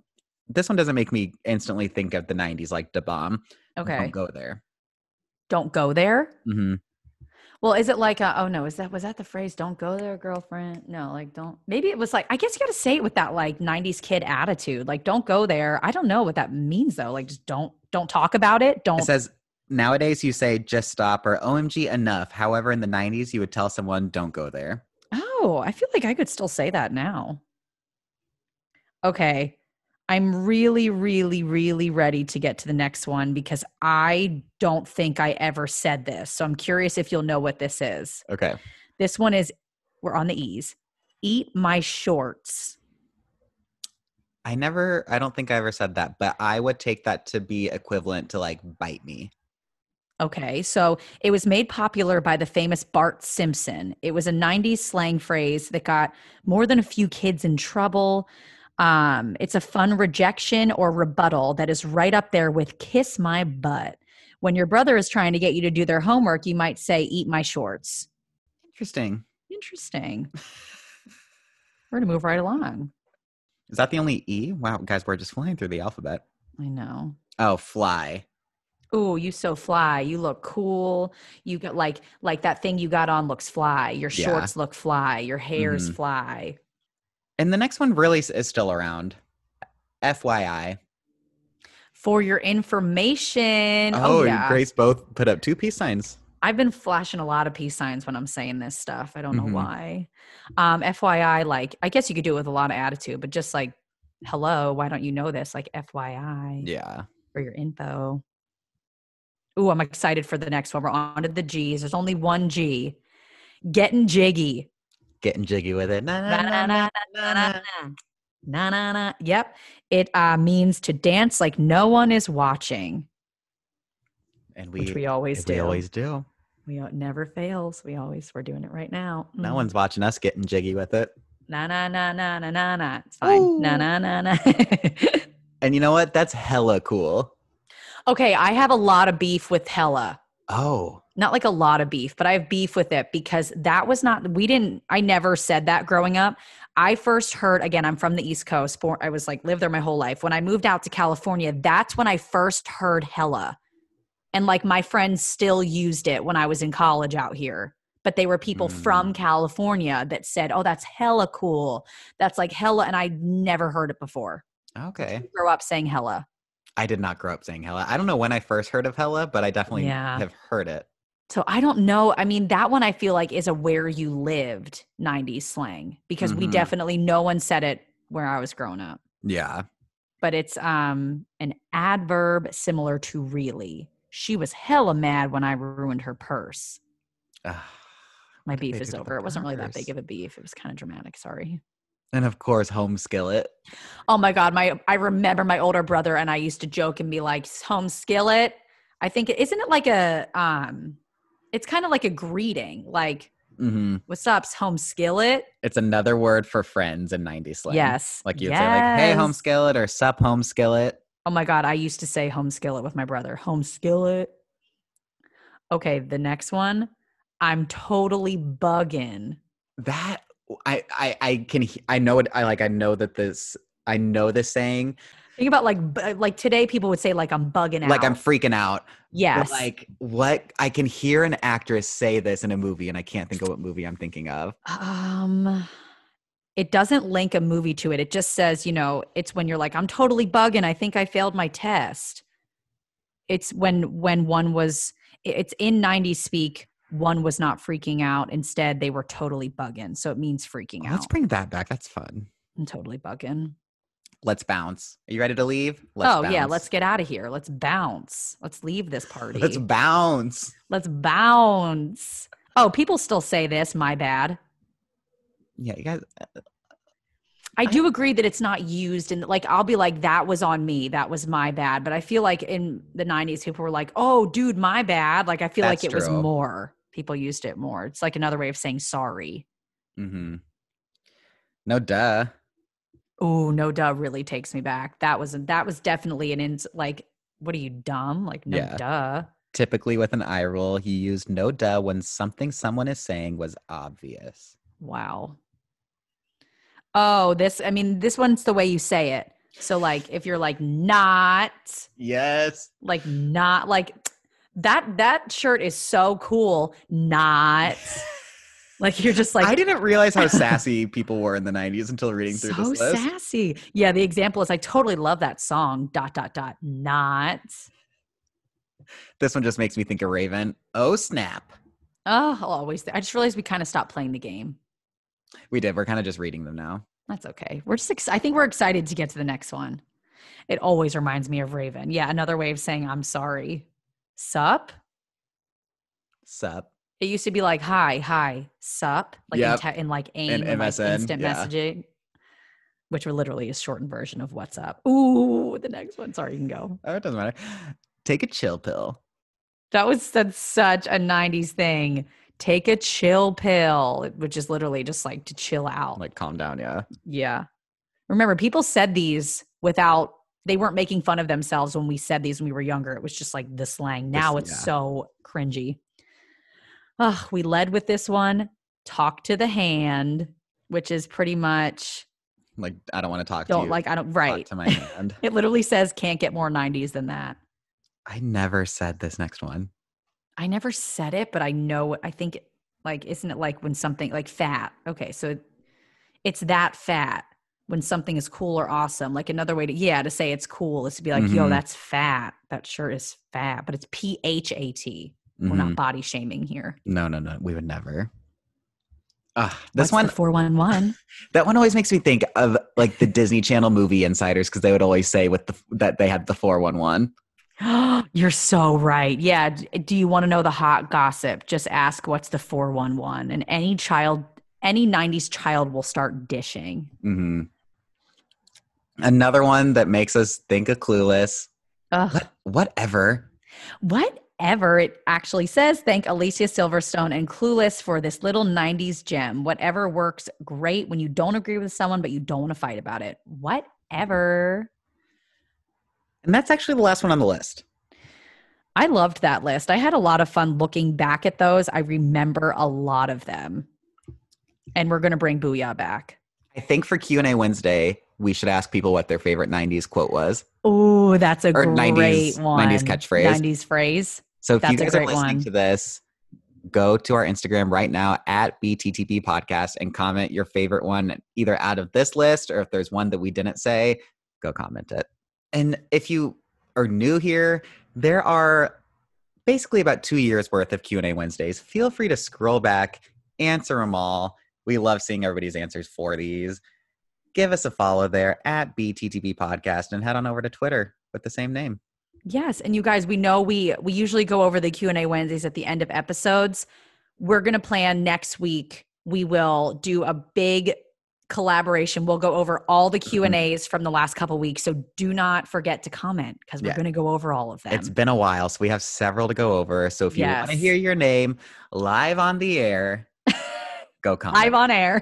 Speaker 2: This one doesn't make me instantly think of the '90s like Da Bomb.
Speaker 1: Okay.
Speaker 2: Don't go there.
Speaker 1: Don't go there.
Speaker 2: hmm
Speaker 1: Well, is it like, a, oh no, is that, was that the phrase, don't go there, girlfriend? No, like, don't, maybe it was like, I guess you got to say it with that like 90s kid attitude. Like, don't go there. I don't know what that means though. Like, just don't, don't talk about it. Don't,
Speaker 2: It says nowadays you say just stop or OMG enough. However, in the '90s you would tell someone don't go there.
Speaker 1: oh, I feel like I could still say that now. Okay. I'm really, really, really ready to get to the next one because I don't think I ever said this. So I'm curious if you'll know what this is.
Speaker 2: Okay.
Speaker 1: This one is, we're on the E's. Eat my shorts.
Speaker 2: I never. I don't think I ever said that, but I would take that to be equivalent to like bite me.
Speaker 1: Okay, so it was made popular by the famous Bart Simpson. It was a 90s slang phrase that got more than a few kids in trouble. Um, it's a fun rejection or rebuttal that is right up there with kiss my butt. When your brother is trying to get you to do their homework, you might say, eat my shorts.
Speaker 2: Interesting.
Speaker 1: Interesting. We're going to move right along.
Speaker 2: Is that the only E? Wow, guys, we're just flying through the alphabet.
Speaker 1: I know.
Speaker 2: Oh, fly.
Speaker 1: Ooh, you so fly. You look cool. You got like like that thing you got on looks fly. Your
Speaker 2: Yeah. Mm-hmm.
Speaker 1: shorts look fly. Your hair's fly.
Speaker 2: And the next one really s- is still around. FYI.
Speaker 1: For your information.
Speaker 2: oh,
Speaker 1: Oh,
Speaker 2: and
Speaker 1: yeah.
Speaker 2: Grace both put up two peace signs.
Speaker 1: I've been flashing a lot of peace signs when I'm saying this stuff. I don't
Speaker 2: Mhm.
Speaker 1: know why. Um, FYI, like I guess you could do it with a lot of attitude, but just like, hello, why don't you know this? Like FYI
Speaker 2: Yeah.
Speaker 1: for your info. Ooh, I'm excited for the next one. We're on to the G's. There's only one G. Getting jiggy.
Speaker 2: Getting jiggy with it. Na, na, na, na,
Speaker 1: Na-na-na,
Speaker 2: na, na.
Speaker 1: na-na-na. Na-na-na. Yep. It uh, means to dance like no one is watching,
Speaker 2: And we,
Speaker 1: which we always do.
Speaker 2: we always do.
Speaker 1: we al- never fails. We always we're doing it right now.
Speaker 2: No
Speaker 1: Mm.
Speaker 2: one's watching us getting jiggy with it.
Speaker 1: na na na na na na na. It's fine. Na
Speaker 2: Ooh.
Speaker 1: na na na. [LAUGHS]
Speaker 2: And you know what? That's hella cool.
Speaker 1: okay, I have a lot of beef with Hella.
Speaker 2: Oh,
Speaker 1: Not like a lot of beef, but I have beef with it because that was not we didn't I never said that growing up. I first heard again, I'm from the East Coast. Born, I was like lived there my whole life. When I moved out to California, that's when I first heard hella. And like my friends still used it when I was in college out here. But they were people from
Speaker 2: Mm.
Speaker 1: California that said, "Oh, that's hella cool. That's like hella." And I never heard it before.
Speaker 2: okay.
Speaker 1: Grow up saying hella.
Speaker 2: I did not grow up saying hella. I don't know when I first heard of hella, but I definitely
Speaker 1: Yeah.
Speaker 2: have heard it.
Speaker 1: So I don't know. I mean, that one I feel like is a where you lived 90s slang because we
Speaker 2: Mhm.
Speaker 1: definitely no one said it where I was growing up.
Speaker 2: Yeah.
Speaker 1: But it's um an adverb similar to really. She was hella mad when I ruined her purse.
Speaker 2: Ugh.
Speaker 1: My
Speaker 2: What did
Speaker 1: beef
Speaker 2: they
Speaker 1: is
Speaker 2: do to the
Speaker 1: over. It wasn't really that
Speaker 2: purse?
Speaker 1: big of a beef. It was kind of dramatic. Sorry.
Speaker 2: And of course, home skillet.
Speaker 1: Oh my god, my I remember my older brother and I used to joke and be like, "Home skillet." I think isn't it like a um, it's kind of like a greeting, like
Speaker 2: hmm
Speaker 1: "What's up, home skillet?"
Speaker 2: It's another word for friends in 90s slang.
Speaker 1: Yes.
Speaker 2: Like you'd say, like, hey, home
Speaker 1: Yes.
Speaker 2: skillet or sup home skillet.
Speaker 1: Oh my God. I used to say home skillet with my brother. Home skillet. Okay. The next one. I'm totally bugging.
Speaker 2: That I I I can he- I know it. I like I know that this I know this saying.
Speaker 1: Think about like, bu- like today people would say like I'm bugging
Speaker 2: [LAUGHS]
Speaker 1: out.
Speaker 2: Like I'm freaking out. but,
Speaker 1: yes.
Speaker 2: Like what I can hear an actress say this in a movie, and I can't think of what movie I'm thinking of.
Speaker 1: um, it doesn't link a movie to it. It just says, you know, it's when you're like, I'm totally bugging. I think I failed my test. It's when, when one was, it- it's in 90s speak. One was not freaking out. Instead, they were totally bugging. So it means freaking out.
Speaker 2: Let's bring that back. That's fun.
Speaker 1: I'm totally bugging.
Speaker 2: Let's bounce. Are you ready to leave? Let's
Speaker 1: oh yeah,
Speaker 2: bounce.
Speaker 1: let's get out of here. Let's bounce. Let's leave this party.
Speaker 2: [LAUGHS] let's
Speaker 1: Let's,
Speaker 2: bounce.
Speaker 1: bounce. Oh, people still say this. My bad.
Speaker 2: Yeah, you guys.
Speaker 1: I do agree that it's not used, and like I'll be like, "That was on me. That was my bad." But I feel like in the '90s, people were like, "Oh, dude, my bad." Like I feel like
Speaker 2: That's
Speaker 1: it was
Speaker 2: true.
Speaker 1: more. People used it more. It's like another way of saying sorry.
Speaker 2: Mm-hmm. No duh.
Speaker 1: Oh no, duh, really takes me back. That was that was definitely an ins like, what are you dumb? Like no,
Speaker 2: Yeah.
Speaker 1: duh.
Speaker 2: Typically, with an eye roll, he used no duh when something someone is saying was obvious.
Speaker 1: Wow. Oh, this, I mean, this one's the way you say it. So, like, if you're like, not,
Speaker 2: Yes.
Speaker 1: like, not, like, that, that shirt is so cool. Not, [LAUGHS] like, you're just like,
Speaker 2: I didn't realize
Speaker 1: [LAUGHS]
Speaker 2: how sassy people were in the 90s until reading through
Speaker 1: so
Speaker 2: this list.
Speaker 1: sassy. Yeah, the example is I totally love that song. Dot dot dot. Not.
Speaker 2: This one just makes me think of Raven. Oh, snap.
Speaker 1: Oh, I'll always. I just realized we kind of stopped playing the game.
Speaker 2: We did. We're kind of just reading them now.
Speaker 1: That's okay. We're just. Ex- I think we're excited to get to the next one. It always reminds me of Raven. Yeah, another way of saying I'm sorry. Sup.
Speaker 2: Sup.
Speaker 1: It used to be like hi hi sup like
Speaker 2: Yep.
Speaker 1: in, te- in like AIM and, like,
Speaker 2: MSN,
Speaker 1: instant
Speaker 2: yeah.
Speaker 1: messaging, which were literally a shortened version of what's up. Ooh, the next one. Sorry, you can go.
Speaker 2: Oh, it doesn't matter. Take a chill pill.
Speaker 1: That was that's such a 90s thing. Take a chill pill, which is literally just like to chill out.
Speaker 2: Like, calm down. Yeah.
Speaker 1: yeah. Remember, people said these without they weren't making fun of themselves when we said these when we were younger. It was just like the slang. Now it's
Speaker 2: yeah.
Speaker 1: so cringy. Ugh, we led with this one. Talk to the hand, which is pretty much
Speaker 2: Like, I don't want to talk to
Speaker 1: don't
Speaker 2: you.
Speaker 1: like I don't
Speaker 2: Talk
Speaker 1: right.
Speaker 2: to my hand.
Speaker 1: It literally says can't get more 90s than that.
Speaker 2: I never said this next one.
Speaker 1: I never said it, but I know it- I think it- like isn't it like when something like fat. Okay, so it- it's that fat when something is cool or awesome. Like another way to yeah, to say it's cool is to be like, "Yo,
Speaker 2: Mhm.
Speaker 1: that's fat. That shirt is fat." But it's P H A T. We're
Speaker 2: Mhm.
Speaker 1: not body shaming here.
Speaker 2: No, no, no. We would never. Ah, this one,
Speaker 1: 411.
Speaker 2: that one always makes me think of like the Disney Channel movie insiders because they would always say with the that they had the four one one.
Speaker 1: [GASPS] You're so right. Yeah, d- do you want to know the hot gossip? Just ask what's the 411 and any child any 90s child will start dishing.
Speaker 2: Mm-hmm. Another one that makes us think of Clueless.
Speaker 1: Ugh.
Speaker 2: What, whatever.
Speaker 1: Whatever it actually says, thank Alicia Silverstone and Clueless for this little 90s gem. Whatever works great when you don't agree with someone, but you don't want to fight about it. Whatever.
Speaker 2: And that's actually the last one on the list.
Speaker 1: I loved that list. I had a lot of fun looking back at those. I remember a lot of them. And we're going to bring Booyah back.
Speaker 2: I think for Q and A Wednesday, we should ask people what their favorite '90s quote was.
Speaker 1: Oh, that's a
Speaker 2: Or
Speaker 1: great
Speaker 2: 90s
Speaker 1: one.
Speaker 2: 90s catchphrase.
Speaker 1: 90s phrase.
Speaker 2: So if
Speaker 1: That's a
Speaker 2: you guys are
Speaker 1: great
Speaker 2: listening
Speaker 1: one.
Speaker 2: to this, go to our Instagram right now at BTTP Podcast and comment your favorite one, either out of this list or if there's one that we didn't say, go comment it. And if you are new here, there are basically about two years worth of Q and A Wednesdays. Feel free to scroll back, answer them all. We love seeing everybody's answers for these. Give us a follow there at BTTP Podcast and head on over to Twitter with the same name.
Speaker 1: Yes, and you guys, we know we we usually go over the Q and A Wednesdays at the end of episodes. We're gonna plan next week. We will do a big collaboration. We'll go over all
Speaker 2: Mm-hmm.
Speaker 1: the Q and As from the last couple weeks. So do not forget to comment because we're
Speaker 2: Yeah.
Speaker 1: gonna go over all of them.
Speaker 2: It's been a while, so we have several to go over. So if you want to
Speaker 1: Yes.
Speaker 2: hear your name live on the
Speaker 1: [LAUGHS]
Speaker 2: air, go comment.
Speaker 1: live on air.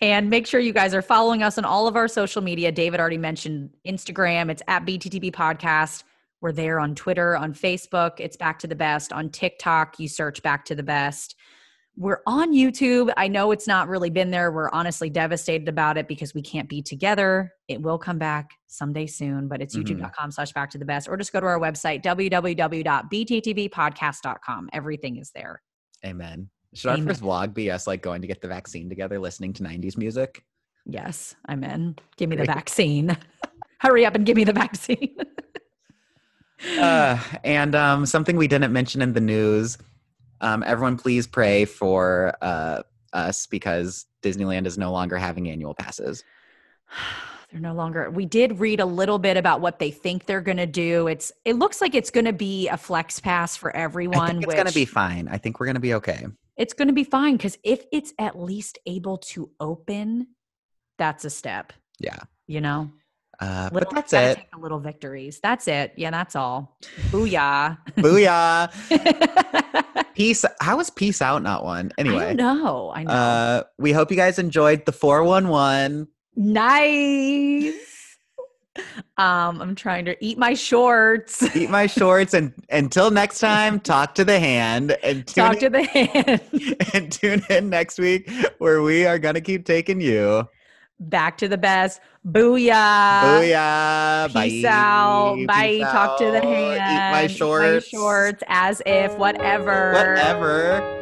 Speaker 1: and make sure you guys are following us on all of our social media. David already mentioned Instagram, it's at BTTB Podcast. We're there on Twitter, on Facebook, it's Back to the Best. On TikTok, you search Back to the Best. We're on YouTube. I know it's not really been there. We're honestly devastated about it because we can't be together. It will come back someday soon, but it's
Speaker 2: Mhm.
Speaker 1: youtube.com slash back to the best, or just go to our website, www.bttbpodcast.com. Everything is there.
Speaker 2: Amen. Should our
Speaker 1: Amen.
Speaker 2: first vlog be us like going to get the vaccine together, listening to 90s
Speaker 1: [LAUGHS]
Speaker 2: music?
Speaker 1: Yes, I'm in. Give me the
Speaker 2: Great.
Speaker 1: vaccine. [LAUGHS] Hurry up and give me the vaccine.
Speaker 2: Uh, and um, something we didn't mention in the news um, everyone, please pray for uh, us because Disneyland is no longer having annual passes.
Speaker 1: [SIGHS] they're no longer. We did read a little bit about what they think they're going to do. It's it looks like it's going to be a flex pass for everyone.
Speaker 2: I think it's
Speaker 1: which
Speaker 2: going to be fine. I think we're going to be okay.
Speaker 1: it's going to be fine because if it's at least able to open, that's a step.
Speaker 2: Yeah.
Speaker 1: You know,
Speaker 2: Uh,
Speaker 1: Little-
Speaker 2: but that's
Speaker 1: gotta
Speaker 2: it.
Speaker 1: Take the little victories. That's it. Yeah, that's all. Booyah. [LAUGHS]
Speaker 2: Booyah.
Speaker 1: anyway,
Speaker 2: Peace. How is peace out not one?
Speaker 1: I
Speaker 2: Anyway.
Speaker 1: don't know. I know.
Speaker 2: Uh, we hope you guys enjoyed the 411.
Speaker 1: nice. Um, I'm trying to eat
Speaker 2: [LAUGHS]
Speaker 1: my shorts.
Speaker 2: Eat my shorts, and until next time, talk to the hand and tune
Speaker 1: [LAUGHS] Talk to
Speaker 2: in,
Speaker 1: the hand.
Speaker 2: [LAUGHS] and tune in next week where we are gonna keep taking you.
Speaker 1: Back to the best. Booyah.
Speaker 2: Booyah!
Speaker 1: Uh, Peace
Speaker 2: Bye.
Speaker 1: out.
Speaker 2: Peace
Speaker 1: Bye. Talk to the
Speaker 2: out.
Speaker 1: hand.
Speaker 2: Eat my shorts.
Speaker 1: shorts. As if. Whatever.
Speaker 2: Whatever.